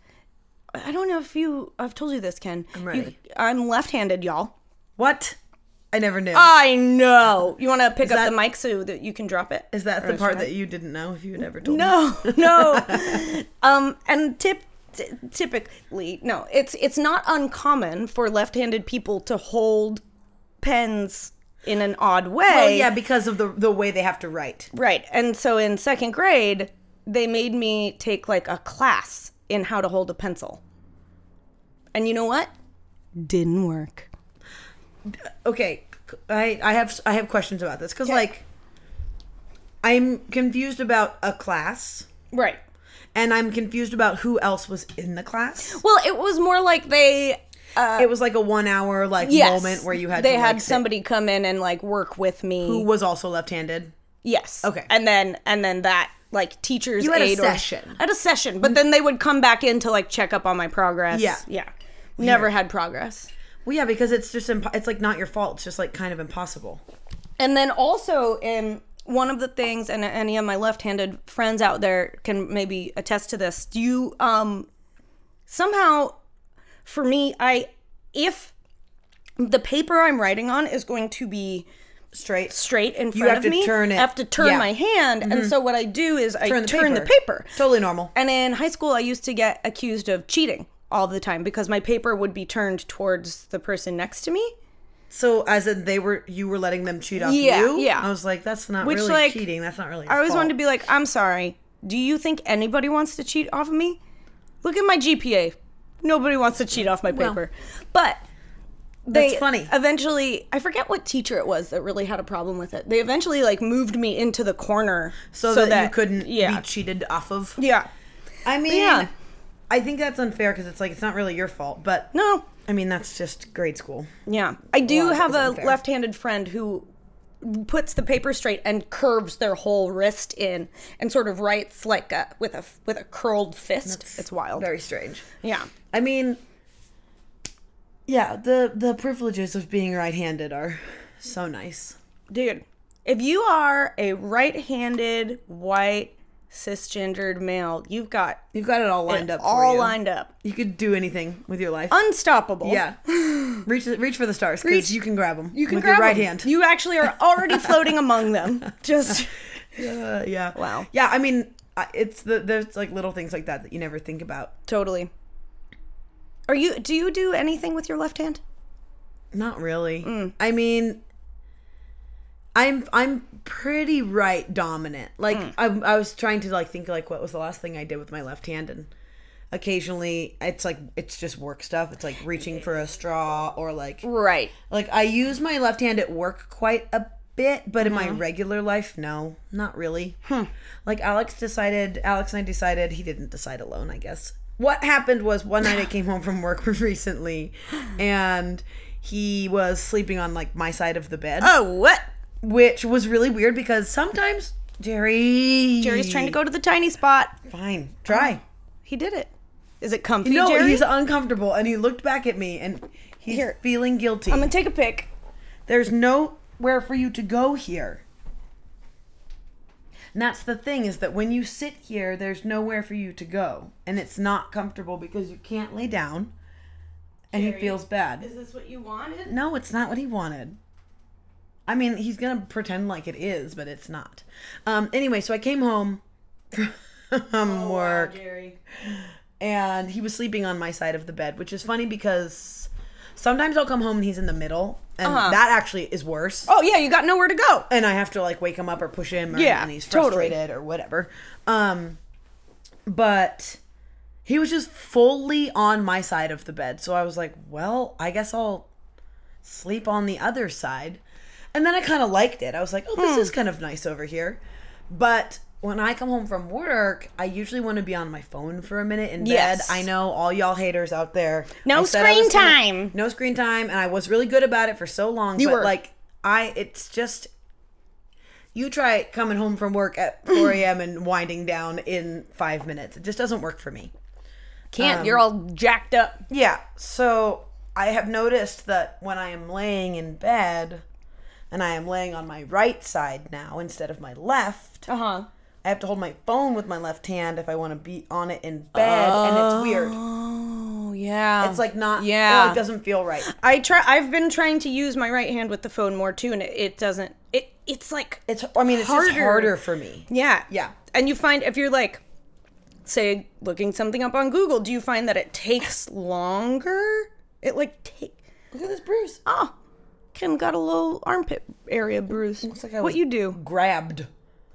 Speaker 2: I don't know if you I've told you this, Ken. I'm
Speaker 1: ready.
Speaker 2: I'm left-handed, y'all.
Speaker 1: what? I never knew.
Speaker 2: I know. You want to pick up
Speaker 1: that-
Speaker 2: the mic so that you can drop it?
Speaker 1: Is that the part that you didn't know? If you had ever told me,
Speaker 2: No, no. um, and tip, t- typically, no. It's it's not uncommon for left-handed people to hold pens in an odd way.
Speaker 1: Oh yeah, because of the the way they have to write.
Speaker 2: Right. And so in second grade, they made me take like a class in how to hold a pencil. And you know what? Didn't work.
Speaker 1: okay i i have i have questions about this because like i'm confused about a class
Speaker 2: Right.
Speaker 1: and i'm confused about who else was in the class
Speaker 2: Well, it was more like they
Speaker 1: it was like a one hour like
Speaker 2: Uh, yes,
Speaker 1: moment where you had
Speaker 2: they
Speaker 1: to,
Speaker 2: had
Speaker 1: like, sit-
Speaker 2: somebody come in and like work with me.
Speaker 1: who was also left-handed
Speaker 2: Yes.
Speaker 1: Okay.
Speaker 2: And then and then that like teachers
Speaker 1: You had a
Speaker 2: aid or-
Speaker 1: session.
Speaker 2: I had a session, but then they would come back in to like check up on my progress.
Speaker 1: Yeah.
Speaker 2: Yeah. Never had progress.
Speaker 1: well yeah because it's just imp- it's like not your fault it's just like kind of impossible
Speaker 2: And then also in one of the things and any of my left-handed friends out there can maybe attest to this. Do you um somehow for me I if the paper I'm writing on is going to be
Speaker 1: straight.
Speaker 2: straight in front
Speaker 1: have
Speaker 2: of
Speaker 1: to
Speaker 2: me.
Speaker 1: turn it-
Speaker 2: I have to turn
Speaker 1: yeah. Mm-hmm.
Speaker 2: my hand. And so what I do is I turn, the, paper.
Speaker 1: Totally normal.
Speaker 2: And in high school, I used to get accused of cheating all the time because my paper would be turned towards the person next to me.
Speaker 1: So as in they were, you were letting them cheat off
Speaker 2: Yeah,
Speaker 1: you.
Speaker 2: yeah.
Speaker 1: I was like, that's not
Speaker 2: Which,
Speaker 1: really
Speaker 2: like,
Speaker 1: cheating. That's not really.
Speaker 2: I always wanted to be like, I'm sorry. Do you think anybody wants to cheat off of me? Look at my GPA. Nobody wants to cheat off my paper. but they
Speaker 1: That's funny.
Speaker 2: eventually, I forget what teacher it was that really had a problem with it. They eventually like moved me into the corner
Speaker 1: so, that, you couldn't
Speaker 2: yeah,
Speaker 1: be cheated off of.
Speaker 2: yeah.
Speaker 1: I mean,
Speaker 2: yeah.
Speaker 1: I think that's unfair because it's like it's not really your fault, but
Speaker 2: No,
Speaker 1: I mean that's just grade school.
Speaker 2: Yeah. I do
Speaker 1: Well,
Speaker 2: have
Speaker 1: that's
Speaker 2: a
Speaker 1: unfair.
Speaker 2: left handed friend who puts the paper straight and curves their whole wrist in and sort of writes like a, with a with a curled fist. it's wild.
Speaker 1: Very strange.
Speaker 2: yeah.
Speaker 1: I mean, yeah, the the privileges of being right-handed are so nice.
Speaker 2: Dude, if you are a right handed white cisgendered male, you've got
Speaker 1: You've got it all lined up. for
Speaker 2: all Oh,
Speaker 1: you.
Speaker 2: lined up.
Speaker 1: You could do anything with your life.
Speaker 2: Unstoppable.
Speaker 1: yeah, reach reach for the stars because you can grab them.
Speaker 2: You can
Speaker 1: with
Speaker 2: grab
Speaker 1: your right
Speaker 2: 'em.
Speaker 1: hand.
Speaker 2: You actually are already floating among them. Just
Speaker 1: Uh, yeah.
Speaker 2: Wow.
Speaker 1: Yeah, I mean, I- it's the there's like little things like that that you never think about.
Speaker 2: totally. Are you do you do anything with your left hand?
Speaker 1: Not really. I mean, I'm I'm pretty right dominant. Like I, I was trying to like think like what was the last thing I did with my left hand and occasionally it's like it's just work stuff. It's like reaching for a straw or like
Speaker 2: Right.
Speaker 1: like I use my left hand at work quite a bit, but in
Speaker 2: Uh-huh.
Speaker 1: my regular life, no, not really. Like Alex decided, Alex and I decided, he didn't decide alone, I guess. What happened was one night I came home from work recently and he was sleeping on like my side of the bed,
Speaker 2: Oh what?
Speaker 1: which was really weird because sometimes Jerry
Speaker 2: Jerry's trying to go to the tiny spot.
Speaker 1: Fine, try.
Speaker 2: He did it. Is it comfy,
Speaker 1: No,
Speaker 2: Jerry?
Speaker 1: he's uncomfortable and he looked back at me and he's
Speaker 2: Here.
Speaker 1: feeling guilty.
Speaker 2: I'm gonna take a pic.
Speaker 1: There's nowhere for you to go here. And that's the thing is that when you sit here, there's nowhere for you to go. And it's not comfortable because you can't lay down. And he
Speaker 2: Jerry,
Speaker 1: feels bad.
Speaker 2: this what you wanted?
Speaker 1: No, it's not what he wanted. I mean, he's going to pretend like it is, but it's not. Um, anyway, so I came home from work
Speaker 2: Jerry.
Speaker 1: and he was sleeping on my side of the bed, which is funny because sometimes I'll come home and he's in the middle. And
Speaker 2: Uh-huh.
Speaker 1: that actually is worse.
Speaker 2: Oh yeah, you got nowhere to go.
Speaker 1: and I have to like wake him up or push him, or,
Speaker 2: Yeah,
Speaker 1: and he's
Speaker 2: totally.
Speaker 1: frustrated or whatever. Um, but he was just fully on my side of the bed, so I was like, well, I guess I'll sleep on the other side. And then I kind of liked it. I was like, oh,
Speaker 2: Hmm.
Speaker 1: this is kind of nice over here. But when I come home from work, I usually want to be on my phone for a minute in
Speaker 2: Yes.
Speaker 1: bed. I know all y'all haters out there.
Speaker 2: No
Speaker 1: I said I
Speaker 2: screen
Speaker 1: was gonna-
Speaker 2: time.
Speaker 1: no screen time, and I was really good about it for so long.
Speaker 2: You
Speaker 1: but
Speaker 2: were.
Speaker 1: like I, it's just you try coming home from work at 4 a.m. and winding down in five minutes. It just doesn't work for me.
Speaker 2: Can't. you're all jacked up.
Speaker 1: Yeah. So I have noticed that when I am laying in bed and I am laying on my right side now instead of my left,
Speaker 2: Uh huh.
Speaker 1: I have to hold my phone with my left hand if I want to be on it in bed, and it's weird.
Speaker 2: Oh yeah.
Speaker 1: It's like not.
Speaker 2: Yeah.
Speaker 1: It like doesn't feel right.
Speaker 2: oh, I try. I've been trying to use my right hand with the phone more too, and it, it doesn't. It it's like
Speaker 1: It's. I mean, it's just
Speaker 2: Harder.
Speaker 1: harder for me.
Speaker 2: Yeah.
Speaker 1: Yeah.
Speaker 2: And you find if you're like, say, looking something up on Google, do you find that it takes longer? It like take.
Speaker 1: Look at this bruise.
Speaker 2: Oh, Kim got a little armpit area bruise. Looks
Speaker 1: like I
Speaker 2: what
Speaker 1: was-
Speaker 2: you do?
Speaker 1: Grabbed.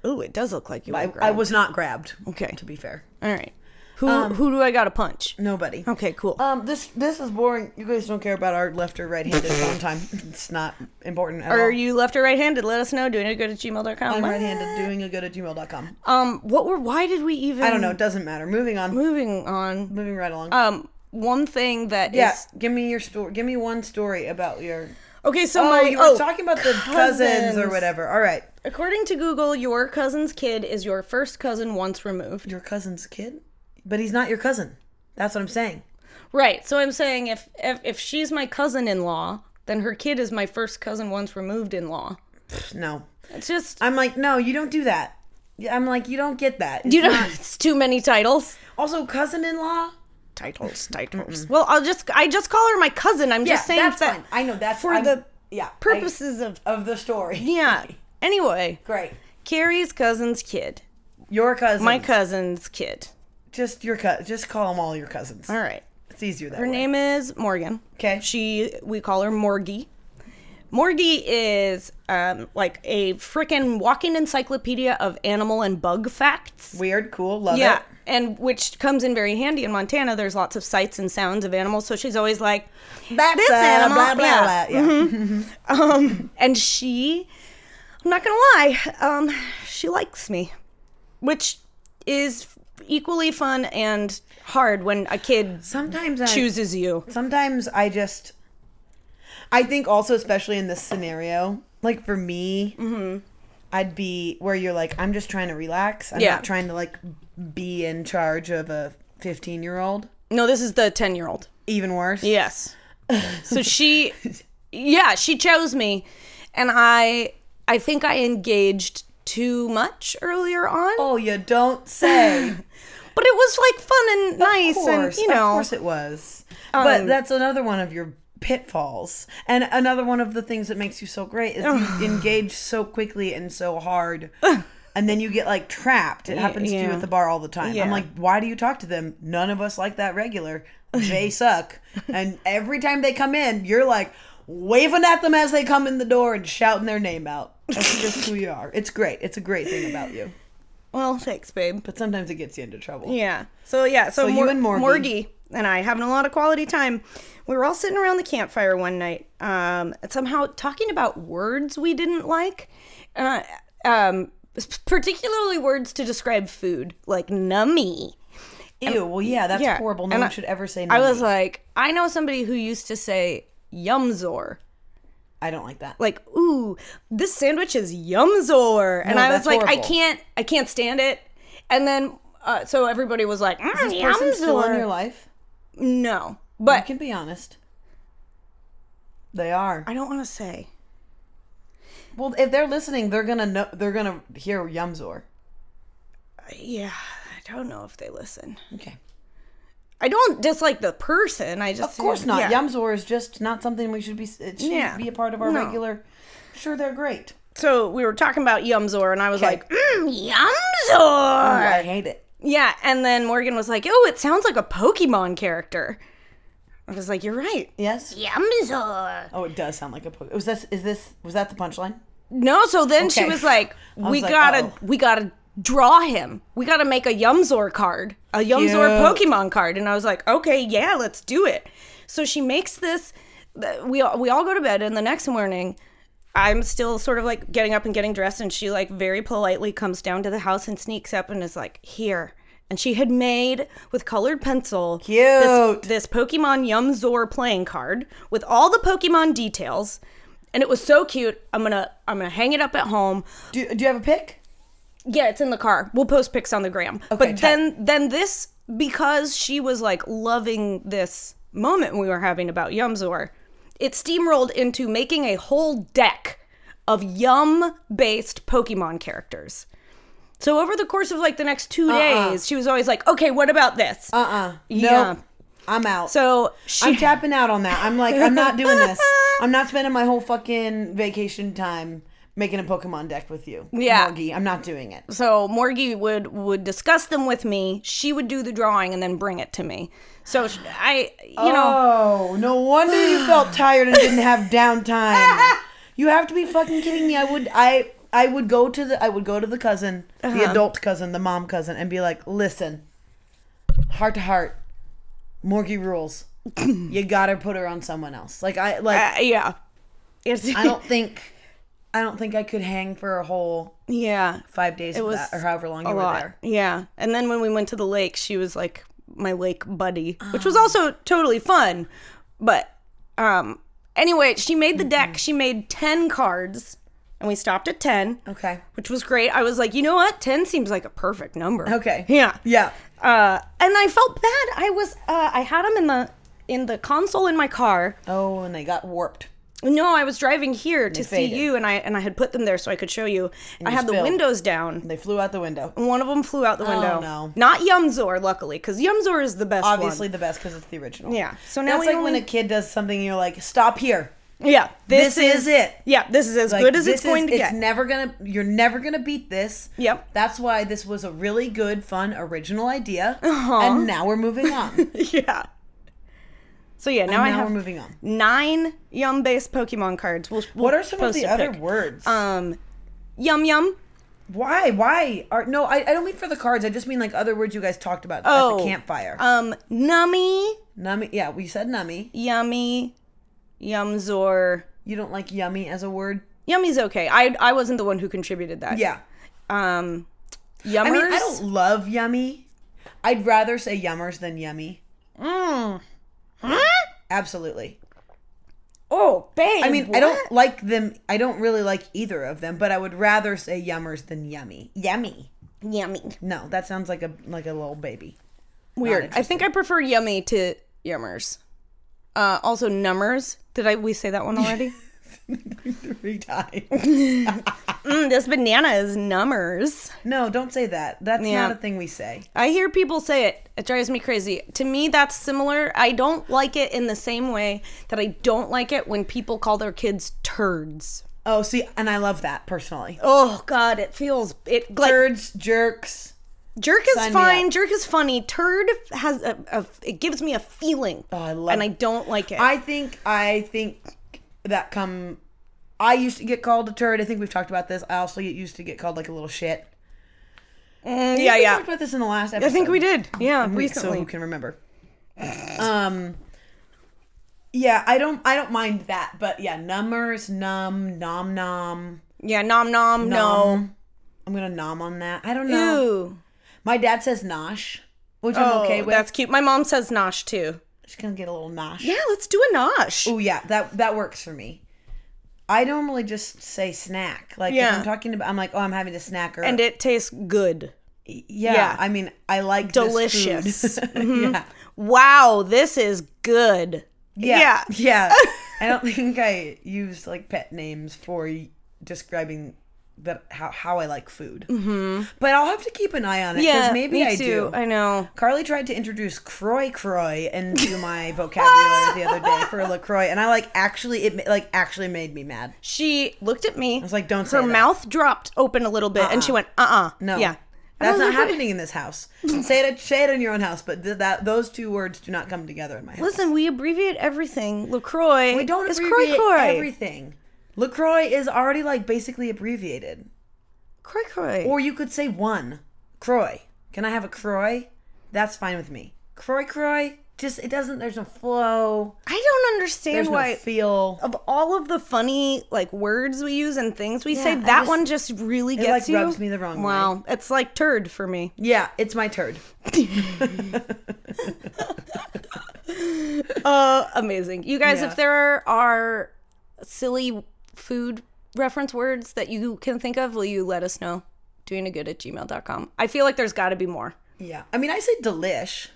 Speaker 2: Oh, it does look like you.
Speaker 1: I,
Speaker 2: were
Speaker 1: I
Speaker 2: grabbed.
Speaker 1: was not grabbed.
Speaker 2: Okay.
Speaker 1: To be fair,
Speaker 2: All right. Who
Speaker 1: Um,
Speaker 2: who do I got to punch? Uh,
Speaker 1: nobody.
Speaker 2: Okay, cool.
Speaker 1: Um, this this is boring. You guys don't care about our left or right handed phone time. It's not important at all.
Speaker 2: Are you left or right-handed? Let us know. Doing it good at gmail.com.
Speaker 1: I'm right handed. Doing a good at gmail.com.
Speaker 2: Um, what were? Why did we even?
Speaker 1: I don't know. It doesn't matter. Moving on.
Speaker 2: Um, Moving on.
Speaker 1: Moving right along.
Speaker 2: Um, one thing that is
Speaker 1: yeah. Give me your story. Give me one story about your.
Speaker 2: okay. So
Speaker 1: Oh,
Speaker 2: my
Speaker 1: you were
Speaker 2: oh,
Speaker 1: talking about the cousins or whatever. All right.
Speaker 2: According to Google, your cousin's kid is your first cousin once removed.
Speaker 1: Your cousin's kid, but he's not your cousin. That's what I'm saying.
Speaker 2: Right. So I'm saying if if, if she's my cousin-in-law, then her kid is my first cousin once removed in law.
Speaker 1: Pfft, No.
Speaker 2: It's just
Speaker 1: I'm like, no, you don't do that. Yeah, I'm like, you don't get that.
Speaker 2: you know, it's too many titles.
Speaker 1: Also, cousin in law.
Speaker 2: Titles, titles. Well, I'll just I just call her my cousin. I'm
Speaker 1: Yeah,
Speaker 2: just saying
Speaker 1: that's
Speaker 2: that
Speaker 1: fine. I know that's
Speaker 2: for
Speaker 1: I'm-
Speaker 2: the
Speaker 1: yeah. I-
Speaker 2: purposes of
Speaker 1: of the story.
Speaker 2: yeah. Anyway,
Speaker 1: Great.
Speaker 2: Carrie's cousin's kid,
Speaker 1: Your cousin.
Speaker 2: my cousin's kid.
Speaker 1: Just your cousin. Just call them all your cousins.
Speaker 2: All right.
Speaker 1: It's easier that
Speaker 2: Her
Speaker 1: way.
Speaker 2: name is Morgan.
Speaker 1: 'Kay.
Speaker 2: She we call her Morgie. Morgie is um, like a freaking walking encyclopedia of animal and bug facts.
Speaker 1: Weird. Cool. Love
Speaker 2: Yeah,
Speaker 1: it.
Speaker 2: and which comes in very handy in Montana. There's lots of sights and sounds of animals, so she's always like,
Speaker 1: That's
Speaker 2: This
Speaker 1: uh,
Speaker 2: animal-
Speaker 1: Blah blah
Speaker 2: yeah. Mm-hmm.
Speaker 1: blah. Yeah.
Speaker 2: um, and she, I'm not gonna lie, um, she likes me, which is equally fun and hard when a kid
Speaker 1: Sometimes I
Speaker 2: chooses you.
Speaker 1: sometimes I just I think also especially in this scenario, like for me,
Speaker 2: Mm-hmm.
Speaker 1: I'd be where you're like I'm just trying to relax. I'm
Speaker 2: Yeah.
Speaker 1: not trying to like be in charge of a 15 year old.
Speaker 2: No, this is the ten year old.
Speaker 1: Even worse.
Speaker 2: Yes. so she yeah, she chose me and I I think I engaged too much earlier on.
Speaker 1: Oh, you don't say.
Speaker 2: But it was like fun and nice
Speaker 1: course,
Speaker 2: and you know
Speaker 1: of course it was. but
Speaker 2: Um,
Speaker 1: that's another one of your pitfalls, and another one of the things that makes you so great is you engage so quickly and so hard, and then you get like trapped. It happens to you
Speaker 2: yeah.
Speaker 1: at the bar all the time.
Speaker 2: Yeah.
Speaker 1: I'm like, why do you talk to them? None of us like that regular. They suck, and every time they come in, you're like waving at them as they come in the door and shouting their name out. That's just who you are. It's great. It's a great thing about you.
Speaker 2: Well, thanks, babe.
Speaker 1: But sometimes it gets you into trouble.
Speaker 2: Yeah. So yeah, so,
Speaker 1: you
Speaker 2: Mor-
Speaker 1: and Morgie.
Speaker 2: Morgie and I having a lot of quality time. We were all sitting around the campfire one night, um, and somehow talking about words we didn't like, uh, um, particularly words to describe food, like nummy.
Speaker 1: Ew. Well, yeah, that's
Speaker 2: Yeah,
Speaker 1: horrible. No
Speaker 2: and
Speaker 1: one
Speaker 2: I-
Speaker 1: should ever say.
Speaker 2: I
Speaker 1: no
Speaker 2: was like, I know somebody who used to say yumzor.
Speaker 1: I don't like that.
Speaker 2: Like, ooh, this sandwich is yumzor. And
Speaker 1: No,
Speaker 2: I was
Speaker 1: that's
Speaker 2: like, I
Speaker 1: horrible.
Speaker 2: can't I can't stand it. And then uh, so everybody was like, mm,
Speaker 1: this person's still in your
Speaker 2: yumzor.
Speaker 1: life.
Speaker 2: No.
Speaker 1: I
Speaker 2: But
Speaker 1: can be honest. They are.
Speaker 2: I don't want to say.
Speaker 1: Well, if they're listening, they're gonna know. They're gonna hear Yumzor.
Speaker 2: Yeah, I don't know if they listen.
Speaker 1: Okay.
Speaker 2: I don't dislike the person. I just
Speaker 1: Of course not.
Speaker 2: Yeah.
Speaker 1: Yumzor is just not something we should be. It shouldn't
Speaker 2: Yeah.
Speaker 1: be a part of our
Speaker 2: No.
Speaker 1: regular. Sure, they're great.
Speaker 2: So we were talking about yumzor, and I was like, mm, yumzor.
Speaker 1: Oh, I hate it.
Speaker 2: Yeah, and then Morgan was like, "Oh, it sounds like a Pokemon character." I was like, "You're right."
Speaker 1: Yes.
Speaker 2: Yamzor.
Speaker 1: Oh, it does sound like a. Po- was this? Is this? Was that the punchline?
Speaker 2: No, so then she
Speaker 1: Okay.
Speaker 2: was like,
Speaker 1: was
Speaker 2: "We
Speaker 1: like, oh.
Speaker 2: gotta,
Speaker 1: uh-oh.
Speaker 2: we gotta draw him. We gotta make a Yumzor card, a Yumzor
Speaker 1: Cute.
Speaker 2: Pokemon card." And I was like, "Okay, yeah, let's do it." So she makes this. th- We all, we all go to bed, and the next morning, I'm still sort of like getting up and getting dressed, and she like very politely comes down to the house and sneaks up and is like, "Here." And she had made with colored pencil
Speaker 1: Cute.
Speaker 2: this Pokemon Yumzor playing card with all the Pokemon details, and it was so cute. I'm gonna I'm gonna hang it up at home.
Speaker 1: Do, do you have a pick?
Speaker 2: Yeah, it's in the car. We'll post pics on the gram. but
Speaker 1: tight.
Speaker 2: then then this because she was like loving this moment we were having about Yumzor, it steamrolled into making a whole deck of yum based Pokemon characters. So over the course of like the next 2
Speaker 1: Uh-uh.
Speaker 2: days, she was always like, "Okay, what about this?"
Speaker 1: Uh. uh No.
Speaker 2: Yeah.
Speaker 1: I'm out.
Speaker 2: so she
Speaker 1: I'm tapping out on that. I'm like, I'm not doing this. I'm not spending my whole fucking vacation time making a Pokemon deck with you.
Speaker 2: Yeah.
Speaker 1: Morgie. I'm not doing it.
Speaker 2: So Morgie would would discuss them with me. She would do the drawing and then bring it to me. So sh I, you know,
Speaker 1: Oh, no wonder you felt tired and didn't have downtime. you have to be fucking kidding me. I would I I would go to the I would go to the cousin,
Speaker 2: Uh-huh.
Speaker 1: the adult cousin, the mom cousin, and be like, listen, heart to heart, Morgie rules. you gotta put her on someone else. Like I like
Speaker 2: uh, yeah, it's
Speaker 1: Oh. I don't think I don't think I could hang for a whole
Speaker 2: yeah,
Speaker 1: five days of
Speaker 2: was
Speaker 1: that, or however long
Speaker 2: a
Speaker 1: you were
Speaker 2: lot.
Speaker 1: there.
Speaker 2: Yeah, and then when we went to the lake, she was like my lake buddy, which
Speaker 1: Oh.
Speaker 2: was also totally fun. But um, anyway, she made the
Speaker 1: Mm-hmm.
Speaker 2: deck. She made ten cards, and we stopped at ten.
Speaker 1: Okay.
Speaker 2: Which was great. I was like, you know what? 10 seems like a perfect number.
Speaker 1: Okay.
Speaker 2: Yeah.
Speaker 1: Yeah.
Speaker 2: uh, and I felt bad. I was uh, I had them in the in the console in my car.
Speaker 1: Oh, and they got warped.
Speaker 2: No, I was driving here to see
Speaker 1: faded.
Speaker 2: you, and I and I had put them there so I could show you. I
Speaker 1: you
Speaker 2: had the
Speaker 1: spilled.
Speaker 2: windows down.
Speaker 1: They flew out the window.
Speaker 2: One of them flew out the window.
Speaker 1: no.
Speaker 2: Not Yumzor, luckily, because Yumzor is the best.
Speaker 1: Obviously
Speaker 2: one.
Speaker 1: the best because it's the original.
Speaker 2: yeah. So now
Speaker 1: That's
Speaker 2: we
Speaker 1: like
Speaker 2: only
Speaker 1: when a kid does something and you're like, stop here.
Speaker 2: Yeah,
Speaker 1: This is it.
Speaker 2: Yeah, this is as
Speaker 1: Like,
Speaker 2: good as it's
Speaker 1: this
Speaker 2: going
Speaker 1: is-
Speaker 2: to
Speaker 1: it's
Speaker 2: get.
Speaker 1: never gonna. You're never gonna beat this.
Speaker 2: Yep.
Speaker 1: That's why this was a really good, fun, original idea. And now we're moving on.
Speaker 2: yeah. So yeah, now
Speaker 1: now
Speaker 2: I have
Speaker 1: we're moving on.
Speaker 2: nine yum based Pokemon cards. We'll, we'll
Speaker 1: What are some of
Speaker 2: post
Speaker 1: the
Speaker 2: a
Speaker 1: other
Speaker 2: pic.
Speaker 1: words?
Speaker 2: Um, yum yum.
Speaker 1: why? Why are no? I, I don't mean for the cards. I just mean like other words you guys talked about at
Speaker 2: Oh.
Speaker 1: the campfire.
Speaker 2: Um, nummy,
Speaker 1: nummy. Yeah, we said nummy.
Speaker 2: yummy, yumzor.
Speaker 1: You don't like yummy as a word.
Speaker 2: Yummy's okay. I I wasn't the one who contributed that.
Speaker 1: Yeah.
Speaker 2: Um, yummers.
Speaker 1: I mean, I don't love yummy. I'd rather say yummers than yummy.
Speaker 2: Mm. Huh?
Speaker 1: Absolutely.
Speaker 2: Oh, babe.
Speaker 1: I mean, I don't like them. I don't really like either of them, but I would rather say yummers than yummy. Yummy.
Speaker 2: yummy.
Speaker 1: No, that sounds like a like a little baby.
Speaker 2: Weird. I think I prefer yummy to yummers. Uh, also numbers. Did I we say that one already?
Speaker 1: Three times.
Speaker 2: mm, this banana is numbers.
Speaker 1: No, don't say that. That's
Speaker 2: Yeah.
Speaker 1: not a thing we say.
Speaker 2: I hear people say it. It drives me crazy. To me, that's similar. I don't like it in the same way that I don't like it when people call their kids turds.
Speaker 1: Oh, see, and I love that personally.
Speaker 2: Oh God, it feels it like
Speaker 1: Turds, jerks.
Speaker 2: jerk is
Speaker 1: Sign me
Speaker 2: fine.
Speaker 1: up.
Speaker 2: Jerk is funny. Turd has a, a it gives me a feeling,
Speaker 1: Oh, I love.
Speaker 2: and I don't like it.
Speaker 1: I think I think that come. I used to get called a turd. I think we've talked about this. I also get used to get called like a little shit.
Speaker 2: Mm, yeah,
Speaker 1: we
Speaker 2: yeah.
Speaker 1: talked about this in the last episode.
Speaker 2: I think we did. Yeah,
Speaker 1: Mm-hmm. So
Speaker 2: recently.
Speaker 1: who can remember? Um. Yeah, I don't. I don't mind that, but yeah, numbers, num, nom, nom,
Speaker 2: Yeah, nom nom no.
Speaker 1: nom. I'm gonna nom Oh, on that. I don't know.
Speaker 2: Ooh,
Speaker 1: My dad says nosh, which
Speaker 2: oh,
Speaker 1: I'm okay with.
Speaker 2: that's cute. My mom says nosh too.
Speaker 1: Just gonna get a little nosh.
Speaker 2: Yeah, let's do a nosh.
Speaker 1: Oh yeah, that that works for me. I normally just say snack. Like if
Speaker 2: Yeah.
Speaker 1: I'm talking about, I'm like, oh, I'm having a snack or
Speaker 2: And it tastes good.
Speaker 1: yeah,
Speaker 2: yeah.
Speaker 1: I mean, I like
Speaker 2: Delicious. Mm-hmm.
Speaker 1: This food. yeah.
Speaker 2: Wow, this is good.
Speaker 1: Yeah.
Speaker 2: Yeah.
Speaker 1: Yeah. I don't think I used like pet names for y- describing that how, how I like food. Mm-hmm. But I'll have to keep an eye on it because
Speaker 2: Yeah,
Speaker 1: maybe
Speaker 2: me
Speaker 1: I
Speaker 2: too.
Speaker 1: do.
Speaker 2: I know.
Speaker 1: Carly tried to introduce Croy Croy into my vocabulary the other day for LaCroix, and I like actually, it ma- like actually made me mad.
Speaker 2: She looked at me. I
Speaker 1: was like, don't say
Speaker 2: Her
Speaker 1: that. Uh-uh.
Speaker 2: mouth dropped open a little bit, and she went, "Uh, uh
Speaker 1: No.
Speaker 2: yeah,
Speaker 1: That's
Speaker 2: I
Speaker 1: not
Speaker 2: was like,
Speaker 1: happening in this house. say it say it in your own house, but th- that those two words do not come together in my house.
Speaker 2: Listen, we abbreviate everything. Lacroix.
Speaker 1: We don't
Speaker 2: is
Speaker 1: abbreviate
Speaker 2: croy croy.
Speaker 1: everything. LaCroix is already like basically abbreviated.
Speaker 2: croy croy.
Speaker 1: Or you could say one. Croy. Can I have a Croy? That's fine with me. Croy Croy, just it doesn't there's no flow.
Speaker 2: I don't
Speaker 1: There's
Speaker 2: understand
Speaker 1: no
Speaker 2: why.
Speaker 1: feel.
Speaker 2: of all of the funny like words we use and things we say,
Speaker 1: I
Speaker 2: that
Speaker 1: just-
Speaker 2: one just really gets
Speaker 1: like,
Speaker 2: you.
Speaker 1: rubs me the wrong way.
Speaker 2: wow, it's like turd for me.
Speaker 1: Yeah, it's my turd.
Speaker 2: Uh, amazing, you guys.
Speaker 1: Yeah.
Speaker 2: If there are silly food reference words that you can think of, will you let us know? Doing a good at gmail.com. I feel like there's got to be more.
Speaker 1: Yeah. I mean I say delish.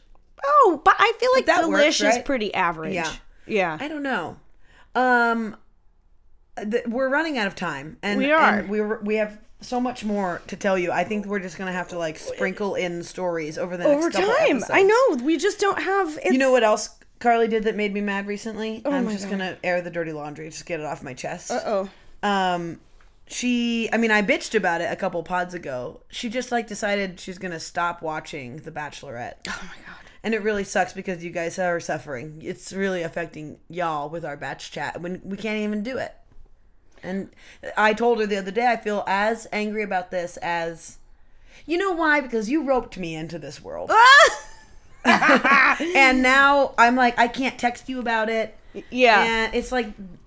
Speaker 2: Oh, but I feel like
Speaker 1: that
Speaker 2: delish
Speaker 1: works,
Speaker 2: is
Speaker 1: right?
Speaker 2: pretty average.
Speaker 1: Yeah.
Speaker 2: yeah.
Speaker 1: I don't know. Um, th- we're running out of time, and
Speaker 2: We are.
Speaker 1: And we were- we have so much more to tell you. I think we're just gonna have to like sprinkle in stories over the next
Speaker 2: Oh, Over
Speaker 1: couple
Speaker 2: time,
Speaker 1: episodes.
Speaker 2: I know we just don't have. It's,
Speaker 1: You know what else Carly did that made me mad recently? I'm
Speaker 2: Oh my
Speaker 1: just gonna air the dirty laundry, just get it off my chest.
Speaker 2: Oh,
Speaker 1: Um, she, I mean, I bitched about it a couple pods ago. She just like decided she's gonna stop watching The Bachelorette.
Speaker 2: oh my god.
Speaker 1: And it really sucks because you guys are suffering. It's really affecting y'all with our batch chat when we can't even do it. And I told her the other day, I feel as angry about this as you know why? Because you roped me into this world. and now I'm like, I can't text you about it.
Speaker 2: Yeah.
Speaker 1: And it's like,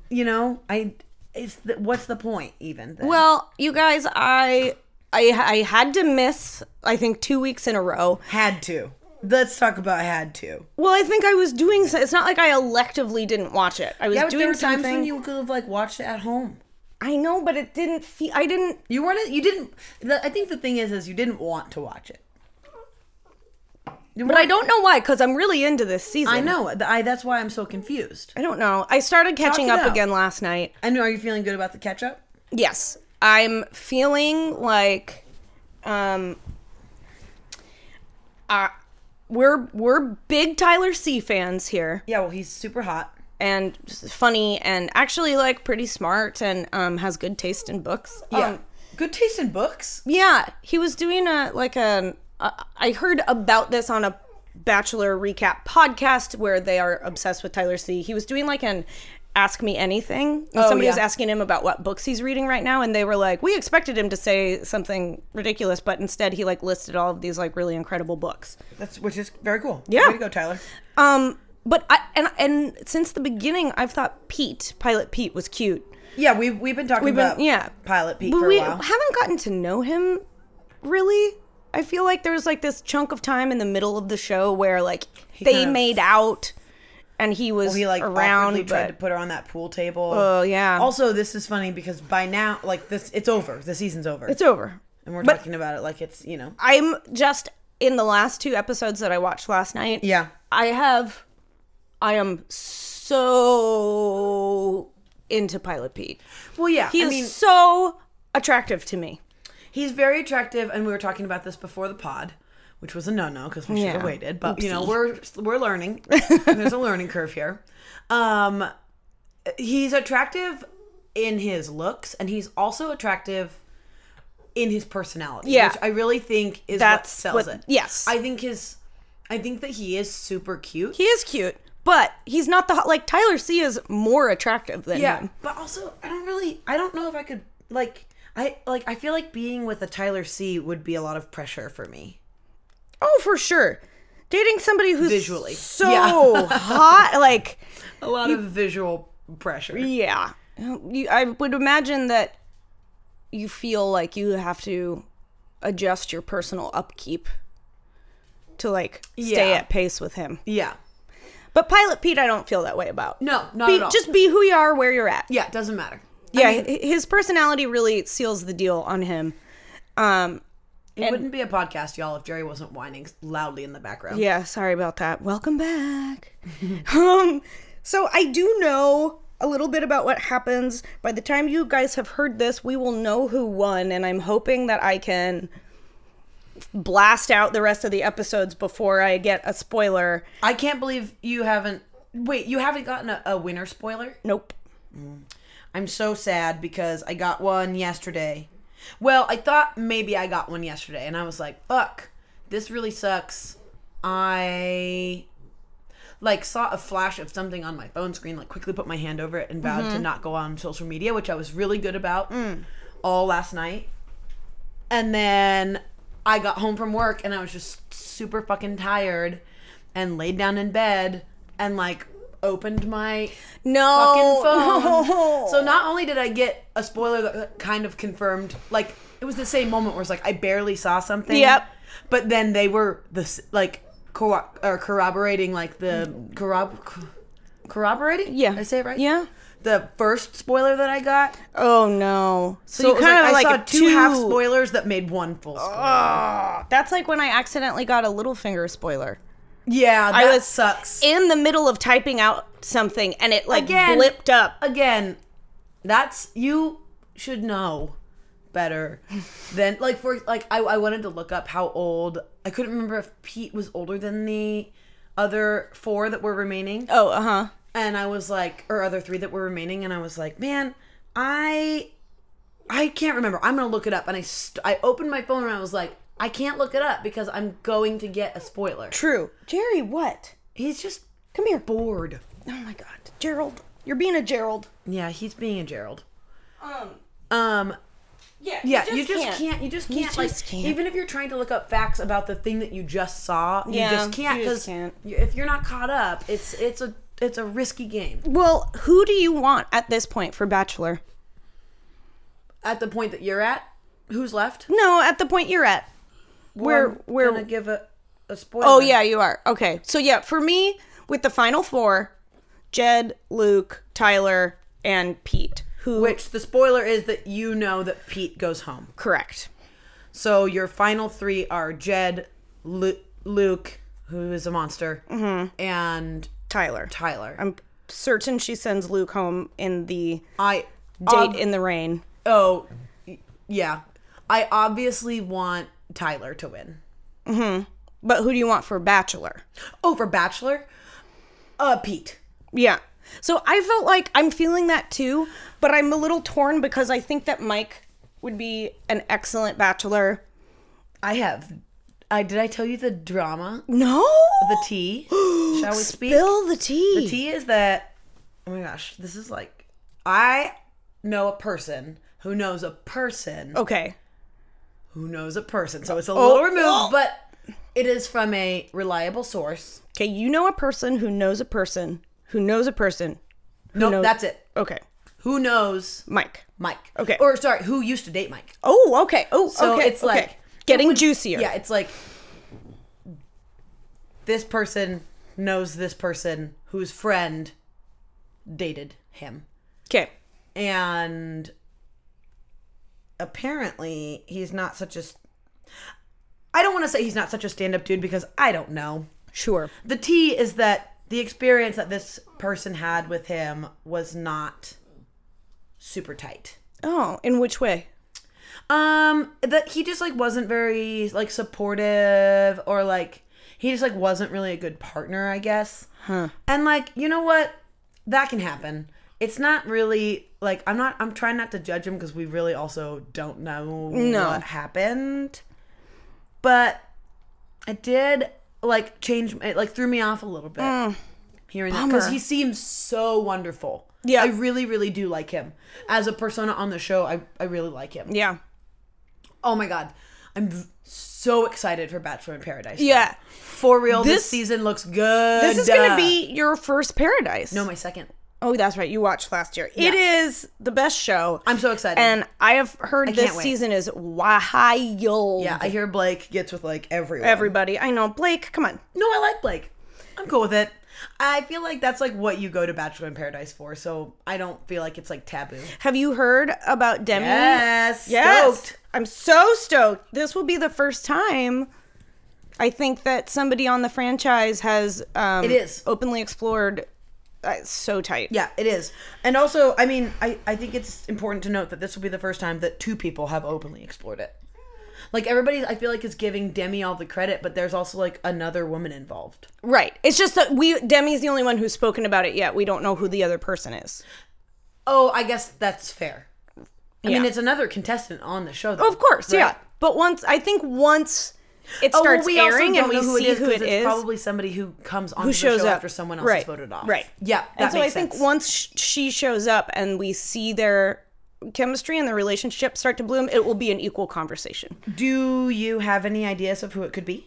Speaker 1: you know, I, it's the, what's the point even? then?
Speaker 2: Well, you guys, I, I I had to miss I think 2 weeks in a row.
Speaker 1: had to. Let's talk about had to.
Speaker 2: Well, I think I was doing so, it's not like I electively didn't watch it. I was
Speaker 1: Yeah, but
Speaker 2: doing
Speaker 1: there were times
Speaker 2: something.
Speaker 1: when you could have like watched it at home.
Speaker 2: I know, but it didn't feel I didn't
Speaker 1: You weren't. You didn't. The, I think the thing is, is you didn't want to watch it. You
Speaker 2: but I
Speaker 1: weren't-
Speaker 2: don't know why cuz I'm really into this season.
Speaker 1: I know. th- I, that's why I'm so confused.
Speaker 2: I don't know. I started catching
Speaker 1: Talk it
Speaker 2: up
Speaker 1: out.
Speaker 2: again last night.
Speaker 1: I know. Are you feeling good about the catch up?
Speaker 2: Yes. I'm feeling like um uh, we're we're big Tyler C fans here.
Speaker 1: Yeah. Well, he's super hot.
Speaker 2: and funny and actually like pretty smart and um, has good taste in books.
Speaker 1: Yeah.
Speaker 2: Um,
Speaker 1: Good taste in books.
Speaker 2: yeah, he was doing a like an uh, I heard about this on a Bachelor recap podcast where they are obsessed with Tyler C. He was doing like an ask me anything. Somebody was
Speaker 1: Oh, yeah.
Speaker 2: asking him about what books he's reading right now and they were like, "We expected him to say something ridiculous, but instead he like listed all of these like really incredible books."
Speaker 1: That's which is very cool.
Speaker 2: Yeah.
Speaker 1: Way to go, Tyler.
Speaker 2: Um but I and and since the beginning I've thought Pete, Pilot Pete was cute.
Speaker 1: Yeah, we've we've been talking
Speaker 2: We've been-
Speaker 1: about
Speaker 2: yeah.
Speaker 1: Pilot Pete
Speaker 2: But
Speaker 1: for
Speaker 2: we
Speaker 1: a while.
Speaker 2: haven't gotten to know him really. I feel like there was like this chunk of time in the middle of the show where like they
Speaker 1: kind of-
Speaker 2: made out and he was
Speaker 1: He like
Speaker 2: around
Speaker 1: awkwardly
Speaker 2: but
Speaker 1: tried to put her on that pool table.
Speaker 2: Oh, yeah.
Speaker 1: Also, this is funny because by now, like this, it's over. The season's over,
Speaker 2: it's over.
Speaker 1: and we're talking about it like it's you know.
Speaker 2: I'm just in the last two episodes that I watched last night.
Speaker 1: Yeah.
Speaker 2: I have I am so into Pilot Pete.
Speaker 1: Well, yeah.
Speaker 2: He
Speaker 1: I
Speaker 2: is
Speaker 1: mean,
Speaker 2: so attractive to me.
Speaker 1: he's very attractive, and we were talking about this before the pod, which was a no-no because we should have
Speaker 2: Yeah.
Speaker 1: waited. But you know,
Speaker 2: Oopsie.
Speaker 1: we're we're learning. There's a learning curve here. Um, he's attractive in his looks, and he's also attractive in his personality.
Speaker 2: Yeah.
Speaker 1: which I really think is
Speaker 2: That's
Speaker 1: what sells
Speaker 2: what-
Speaker 1: it.
Speaker 2: yes.
Speaker 1: I think his. I think that he is super cute.
Speaker 2: He is cute, but he's not the hot- like Tyler C is more attractive than
Speaker 1: Yeah,
Speaker 2: him.
Speaker 1: but also I don't really I don't know if I could like I like I feel like being with a Tyler C would be a lot of pressure for me.
Speaker 2: Oh, for sure. Dating somebody who's
Speaker 1: Visually.
Speaker 2: so hot, like
Speaker 1: A lot of visual pressure.
Speaker 2: yeah. You, I would imagine that you feel like you have to adjust your personal upkeep to like stay
Speaker 1: Yeah.
Speaker 2: at pace with him.
Speaker 1: Yeah.
Speaker 2: But Pilot Pete, I don't feel that way about.
Speaker 1: No, not
Speaker 2: Be-
Speaker 1: at all.
Speaker 2: just be who you are, where you're at.
Speaker 1: yeah, it doesn't matter.
Speaker 2: Yeah, hi- his personality really seals the deal on him. Um,
Speaker 1: It wouldn't be a podcast, y'all, if Jerry wasn't whining loudly in the background.
Speaker 2: Yeah, sorry about that. Welcome back. um, so I do know a little bit about what happens. By the time you guys have heard this, we will know who won, and I'm hoping that I can blast out the rest of the episodes before I get a spoiler.
Speaker 1: I can't believe you haven't wait, you haven't gotten a, a winner spoiler?
Speaker 2: Nope.
Speaker 1: I'm so sad because I got one yesterday. Well, I thought maybe I got one yesterday, and I was like, fuck, this really sucks. I like saw a flash of something on my phone screen, like quickly put my hand over it and vowed to not go on social media, which I was really good about all last night. And then I got home from work and I was just super fucking tired and laid down in bed and like opened my
Speaker 2: No.
Speaker 1: fucking phone.
Speaker 2: Oh, no.
Speaker 1: So not only did I get a spoiler that kind of confirmed, like it was the same moment where it's like I barely saw something.
Speaker 2: Yep.
Speaker 1: But then they were the s- like corro- or corroborating like the corrob co- corroborating.
Speaker 2: Yeah.
Speaker 1: Did I say it right.
Speaker 2: Yeah.
Speaker 1: The first spoiler that I got.
Speaker 2: Oh no. So,
Speaker 1: So,
Speaker 2: you kind of like,
Speaker 1: I saw two half
Speaker 2: two- Ah.
Speaker 1: spoilers that made one full spoiler.
Speaker 2: That's like when I accidentally got a little finger spoiler.
Speaker 1: yeah, that
Speaker 2: I was
Speaker 1: sucks.
Speaker 2: in the middle of typing out something and it like
Speaker 1: Again.
Speaker 2: blipped up.
Speaker 1: again, that's you should know better than like for like I, I wanted to look up how old I couldn't remember if Pete was older than the other four that were remaining
Speaker 2: Oh, uh huh.
Speaker 1: and I was like or other three that were remaining and I was like man I I can't remember I'm gonna look it up and I st- I opened my phone and I was like I can't look it up because I'm going to get a spoiler
Speaker 2: True. Jerry, what?
Speaker 1: he's just
Speaker 2: Come here. bo-
Speaker 1: bored
Speaker 2: Oh my God. Gerald. You're being a Gerald.
Speaker 1: yeah he's being a Gerald
Speaker 2: Um,
Speaker 1: um
Speaker 2: yeah.
Speaker 1: Yeah, you just can't. You just can't. like,
Speaker 2: just can't.
Speaker 1: even if you're trying to look up facts about the thing that you just saw,
Speaker 2: Yeah,
Speaker 1: you just can't
Speaker 2: you
Speaker 1: because
Speaker 2: just can't.
Speaker 1: if you're not caught up, it's it's a it's a risky game.
Speaker 2: Well, who do you want at this point for Bachelor?
Speaker 1: At the point that you're at, who's left?
Speaker 2: No, at the point you're at. Where,
Speaker 1: I'm
Speaker 2: where,
Speaker 1: gonna give a a spoiler.
Speaker 2: oh yeah, you are. Okay. So, yeah, for me, with the final four, Jed, Luke, Tyler, and Pete. Who?
Speaker 1: Which the spoiler is that you know that Pete goes home.
Speaker 2: Correct.
Speaker 1: So your final three are Jed, Lu- Luke, who is a monster, and
Speaker 2: Tyler.
Speaker 1: Tyler.
Speaker 2: Mm-hmm. I'm certain she sends Luke home in the
Speaker 1: I
Speaker 2: date
Speaker 1: ob-
Speaker 2: in the rain.
Speaker 1: Oh, y- yeah. I obviously want Tyler to win.
Speaker 2: But who do you want for Bachelor?
Speaker 1: Oh, for Bachelor? Uh, Pete.
Speaker 2: Yeah. So I felt like I'm feeling that too, but I'm a little torn because I think that Mike would be an excellent bachelor.
Speaker 1: I have. I did I tell you the drama?
Speaker 2: No,
Speaker 1: The tea. Shall we speak?
Speaker 2: spill the tea.
Speaker 1: The tea is that oh my gosh, this is like I know a person who knows a person
Speaker 2: Okay.
Speaker 1: who knows a person. So it's a little removed,
Speaker 2: oh.
Speaker 1: but it is from a reliable source.
Speaker 2: Okay, you know a person who knows a person who knows a person.
Speaker 1: No,
Speaker 2: knows-
Speaker 1: that's it.
Speaker 2: Okay,
Speaker 1: Who knows
Speaker 2: Mike.
Speaker 1: Mike?
Speaker 2: Okay.
Speaker 1: Or sorry, who used to date Mike?
Speaker 2: Oh, okay. Oh,
Speaker 1: So
Speaker 2: okay.
Speaker 1: it's
Speaker 2: okay.
Speaker 1: like-
Speaker 2: getting juicier.
Speaker 1: Yeah, it's like this person knows this person whose friend dated him.
Speaker 2: Okay.
Speaker 1: and apparently he's not such a I don't want to say he's not such a stand-up dude because I don't know.
Speaker 2: Sure.
Speaker 1: The T is that the experience that this person had with him was not super tight.
Speaker 2: Oh, in which way?
Speaker 1: Um that he just like wasn't very like supportive or like he just like wasn't really a good partner, I guess. Huh. And like, you know what? That can happen. It's not really like I'm not I'm trying not to judge him because we really also don't know what happened. But it did like change it like threw me off a little bit. Hearing that because
Speaker 2: Mm. Bummer.
Speaker 1: he seems so wonderful.
Speaker 2: Yeah.
Speaker 1: I really, really do like him. As a persona on the show, I, I really like him.
Speaker 2: Yeah.
Speaker 1: Oh my god. I'm v- so excited for Bachelor in Paradise.
Speaker 2: Yeah.
Speaker 1: For real, this,
Speaker 2: This-
Speaker 1: season looks good.
Speaker 2: This is gonna be your first paradise.
Speaker 1: No, my second.
Speaker 2: Oh, that's right. You watched last year. It is the best show.
Speaker 1: I'm so excited.
Speaker 2: and I have heard this
Speaker 1: can't wait.
Speaker 2: season is wild.
Speaker 1: yeah, I hear Blake gets with like everyone.
Speaker 2: Everybody, I know. Blake, come on.
Speaker 1: No, I like Blake. I'm cool with it. I feel like that's like what you go to Bachelor in Paradise for, so I don't feel like it's like taboo.
Speaker 2: Have you heard about Demi?
Speaker 1: Yes.
Speaker 2: Yes.
Speaker 1: Stoked.
Speaker 2: I'm so stoked. This will be the first time I think that somebody on the franchise has um,
Speaker 1: It is.
Speaker 2: openly explored. Uh, it's so tight.
Speaker 1: Yeah, it is. And also, I mean, I, I think it's important to note that this will be the first time that two people have openly explored it. Like everybody I feel like is giving Demi all the credit, but there's also like another woman involved.
Speaker 2: Right. It's just that we Demi's the only one who's spoken about it yet. We don't know who the other person is.
Speaker 1: Oh, I guess that's fair. I mean,
Speaker 2: Yeah.
Speaker 1: it's another contestant on the show. Though,
Speaker 2: Of course,
Speaker 1: right?
Speaker 2: yeah. But once I think once it
Speaker 1: Oh, well,
Speaker 2: starts
Speaker 1: we also
Speaker 2: airing
Speaker 1: don't
Speaker 2: and we
Speaker 1: know
Speaker 2: see who
Speaker 1: 'cause
Speaker 2: it
Speaker 1: it's
Speaker 2: is,
Speaker 1: Probably somebody who comes on
Speaker 2: who
Speaker 1: the show
Speaker 2: shows up
Speaker 1: after someone else
Speaker 2: right.
Speaker 1: is voted off.
Speaker 2: Right.
Speaker 1: Yeah. That
Speaker 2: and so
Speaker 1: makes
Speaker 2: I think
Speaker 1: sense.
Speaker 2: once sh- she shows up and we see their chemistry and their relationship start to bloom, it will be an equal conversation.
Speaker 1: Do you have any ideas of who it could be?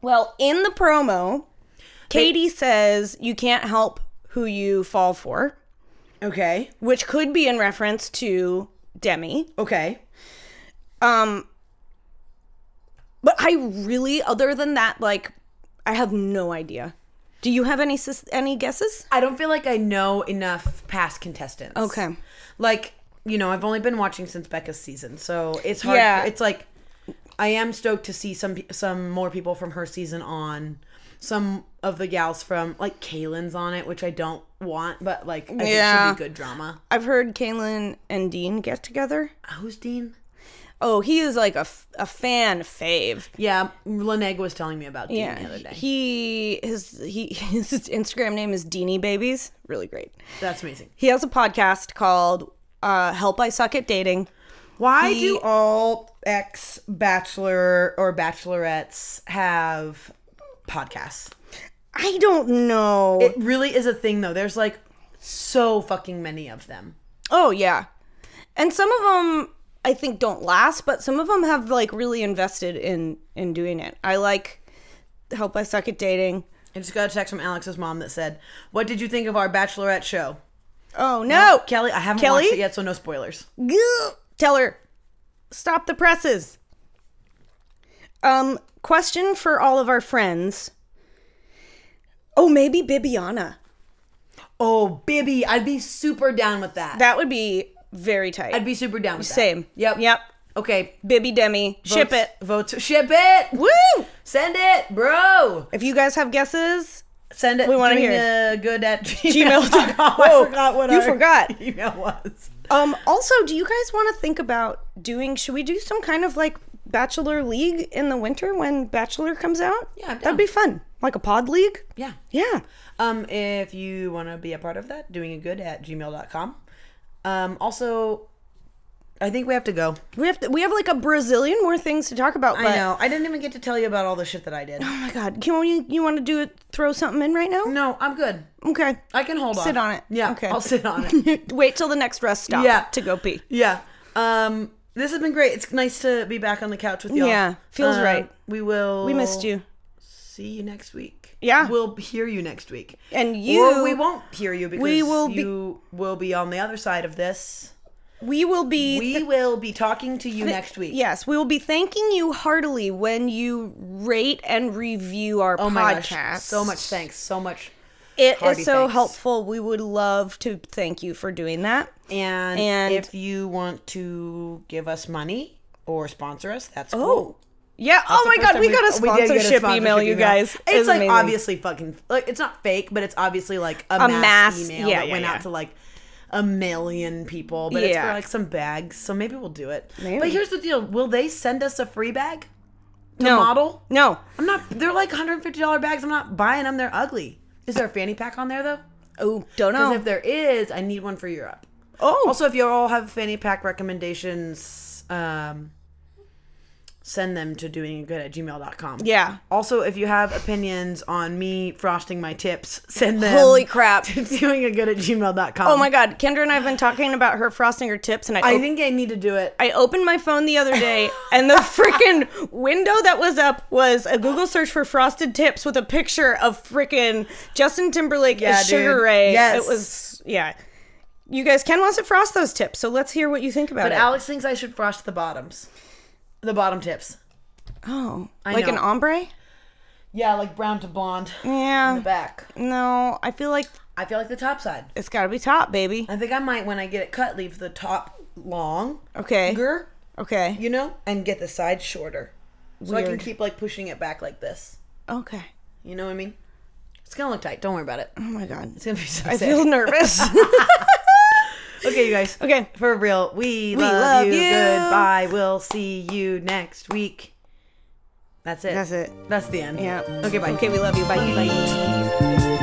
Speaker 2: Well, in the promo, Katie says you can't help who you fall for,
Speaker 1: Okay.
Speaker 2: which could be in reference to Demi.
Speaker 1: Okay.
Speaker 2: Um but I really other than that like I have no idea. Do you have any sus- any guesses?
Speaker 1: I don't feel like I know enough past contestants.
Speaker 2: Okay.
Speaker 1: Like, you know, I've only been watching since Becca's season, so it's hard.
Speaker 2: Yeah.
Speaker 1: It's like I am stoked to see some pe- some more people from her season on. Some of the gals from like Kaylin's on it, which I don't want, but like I
Speaker 2: Yeah.
Speaker 1: think should be good drama.
Speaker 2: I've heard Kaylin and Dean get together.
Speaker 1: Who's Dean?
Speaker 2: Oh, he is like a, f- a fan fave.
Speaker 1: Yeah, Leneg was telling me about Dean the other day.
Speaker 2: He his he his Instagram name is Deanie Babies. Really great.
Speaker 1: That's amazing.
Speaker 2: He has a podcast called uh, Help I Suck at Dating.
Speaker 1: Why
Speaker 2: He-
Speaker 1: do all ex bachelor or bachelorettes have podcasts?
Speaker 2: I don't know.
Speaker 1: It really is a thing though. There's like so fucking many of them.
Speaker 2: oh yeah. And some of them I think don't last, but some of them have like really invested in in doing it. I like Help I Suck at Dating.
Speaker 1: I just got a text from Alex's mom that said, "What did you think of our bachelorette show?"
Speaker 2: Oh no.
Speaker 1: Kelly, I haven't
Speaker 2: Kelly?
Speaker 1: watched it yet, so no spoilers.
Speaker 2: Gah! Tell her stop the presses. Um question for all of our friends. Oh, maybe Bibiana.
Speaker 1: Oh, Bibby, I'd be super down with that.
Speaker 2: That would be very tight.
Speaker 1: I'd be super down with that.
Speaker 2: Same.
Speaker 1: Yep.
Speaker 2: Yep.
Speaker 1: Okay.
Speaker 2: Bibby Demi. Ship
Speaker 1: Votes-
Speaker 2: it.
Speaker 1: Votes. Ship it.
Speaker 2: Woo!
Speaker 1: Send it, bro.
Speaker 2: If you guys have guesses,
Speaker 1: Send it.
Speaker 2: We wanna
Speaker 1: doing
Speaker 2: hear
Speaker 1: a good at
Speaker 2: Gmail.
Speaker 1: gmail.com. I
Speaker 2: Whoa,
Speaker 1: forgot what
Speaker 2: you
Speaker 1: our
Speaker 2: forgot.
Speaker 1: email was.
Speaker 2: um, also, do you guys want to think about doing? Should we do some kind of like bachelor league in the winter when Bachelor comes out?
Speaker 1: Yeah, I'm
Speaker 2: that'd be fun. Like a pod league?
Speaker 1: Yeah.
Speaker 2: Yeah.
Speaker 1: Um, if you want to be a part of that, doing a good at gmail.com. Um, also, I think we have to go.
Speaker 2: We have to, we have like a Brazilian more things to talk about, but
Speaker 1: I know. I didn't even get to tell you about all the shit that I did.
Speaker 2: Oh my god. Can we, you want to do it throw something in right now?
Speaker 1: No, I'm good.
Speaker 2: Okay.
Speaker 1: I can hold on.
Speaker 2: Sit on it.
Speaker 1: Yeah.
Speaker 2: Okay.
Speaker 1: I'll sit on it.
Speaker 2: Wait till the next rest stop
Speaker 1: Yeah.
Speaker 2: to go pee.
Speaker 1: yeah. Um, this has been great. It's nice to be back on the couch with y'all. Um,
Speaker 2: Yeah, feels right.
Speaker 1: We will.
Speaker 2: We missed you.
Speaker 1: See you next week.
Speaker 2: Yeah.
Speaker 1: We'll hear you next week.
Speaker 2: And you
Speaker 1: or we won't hear you because
Speaker 2: We will be-
Speaker 1: you will be on the other side of this.
Speaker 2: we will be
Speaker 1: We will be talking to you next week.
Speaker 2: Yes, we will be thanking you heartily when you rate and review our
Speaker 1: Oh
Speaker 2: podcast.
Speaker 1: my gosh. So much thanks. So much.
Speaker 2: It
Speaker 1: Hearty
Speaker 2: is so
Speaker 1: thanks.
Speaker 2: helpful. We would love to thank you for doing that.
Speaker 1: And,
Speaker 2: And-
Speaker 1: if you want to give us money or sponsor us, that's
Speaker 2: Oh,
Speaker 1: cool.
Speaker 2: Yeah. oh my
Speaker 1: First
Speaker 2: God,
Speaker 1: time
Speaker 2: we
Speaker 1: we've-
Speaker 2: got a
Speaker 1: we did get
Speaker 2: sponsorship, email, you guys.
Speaker 1: It's like
Speaker 2: amazing.
Speaker 1: obviously fucking like it's not fake, but it's obviously like a, mass,
Speaker 2: mass-
Speaker 1: email
Speaker 2: yeah,
Speaker 1: that
Speaker 2: yeah,
Speaker 1: went
Speaker 2: yeah.
Speaker 1: out to like a million people, but it's for
Speaker 2: Yeah.
Speaker 1: like some bags. So maybe we'll do it. But
Speaker 2: Maybe.
Speaker 1: here's the deal: Will they send us a free bag? The
Speaker 2: no.
Speaker 1: model?
Speaker 2: No.
Speaker 1: I'm not. They're like 150 dollar bags. I'm not buying them. They're ugly. Is there a fanny pack on there though?
Speaker 2: Oh, don't
Speaker 1: Because
Speaker 2: know.
Speaker 1: if there is, I need one for Europe.
Speaker 2: oh,
Speaker 1: Also, if you all have fanny pack recommendations, um, send them to doinggood at gmail.com.
Speaker 2: Yeah.
Speaker 1: Also, if you have opinions on me frosting my tips, send them
Speaker 2: holy crap.
Speaker 1: to doingagood at gmail.com.
Speaker 2: Oh my God, Kendra and I have been talking about her frosting her tips, and I,
Speaker 1: I
Speaker 2: op-
Speaker 1: think I need to do it.
Speaker 2: I opened my phone the other day, and the freaking window that was up was a Google search for frosted tips with a picture of freaking Justin Timberlake
Speaker 1: Yeah,
Speaker 2: as Sugar
Speaker 1: dude.
Speaker 2: Ray.
Speaker 1: Yes.
Speaker 2: It was yeah. You guys, Ken wants to frost those tips, so let's hear what you think about
Speaker 1: But
Speaker 2: it.
Speaker 1: Alex thinks I should frost the bottoms, the bottom tips.
Speaker 2: oh, like
Speaker 1: know.
Speaker 2: an ombre?
Speaker 1: Yeah, like brown to blonde in
Speaker 2: Yeah.
Speaker 1: the back.
Speaker 2: No, I feel like
Speaker 1: I feel like the top side.
Speaker 2: it's got to be top, baby.
Speaker 1: I think I might, when I get it cut, leave the top long,
Speaker 2: Okay.
Speaker 1: longer,
Speaker 2: Okay.
Speaker 1: you know, and get the sides shorter. So I can
Speaker 2: Weird.
Speaker 1: keep like pushing it back like this.
Speaker 2: Okay.
Speaker 1: You know what I mean? It's gonna look tight. Don't worry about it.
Speaker 2: Oh my god.
Speaker 1: It's gonna be so
Speaker 2: I
Speaker 1: sick.
Speaker 2: feel nervous.
Speaker 1: okay, you guys.
Speaker 2: okay.
Speaker 1: For real, we, love,
Speaker 2: love
Speaker 1: you.
Speaker 2: you.
Speaker 1: Goodbye. We'll see you next week. That's it.
Speaker 2: That's it.
Speaker 1: That's the end.
Speaker 2: Yeah.
Speaker 1: Okay, bye.
Speaker 2: Okay, we love you. Bye.
Speaker 1: Bye.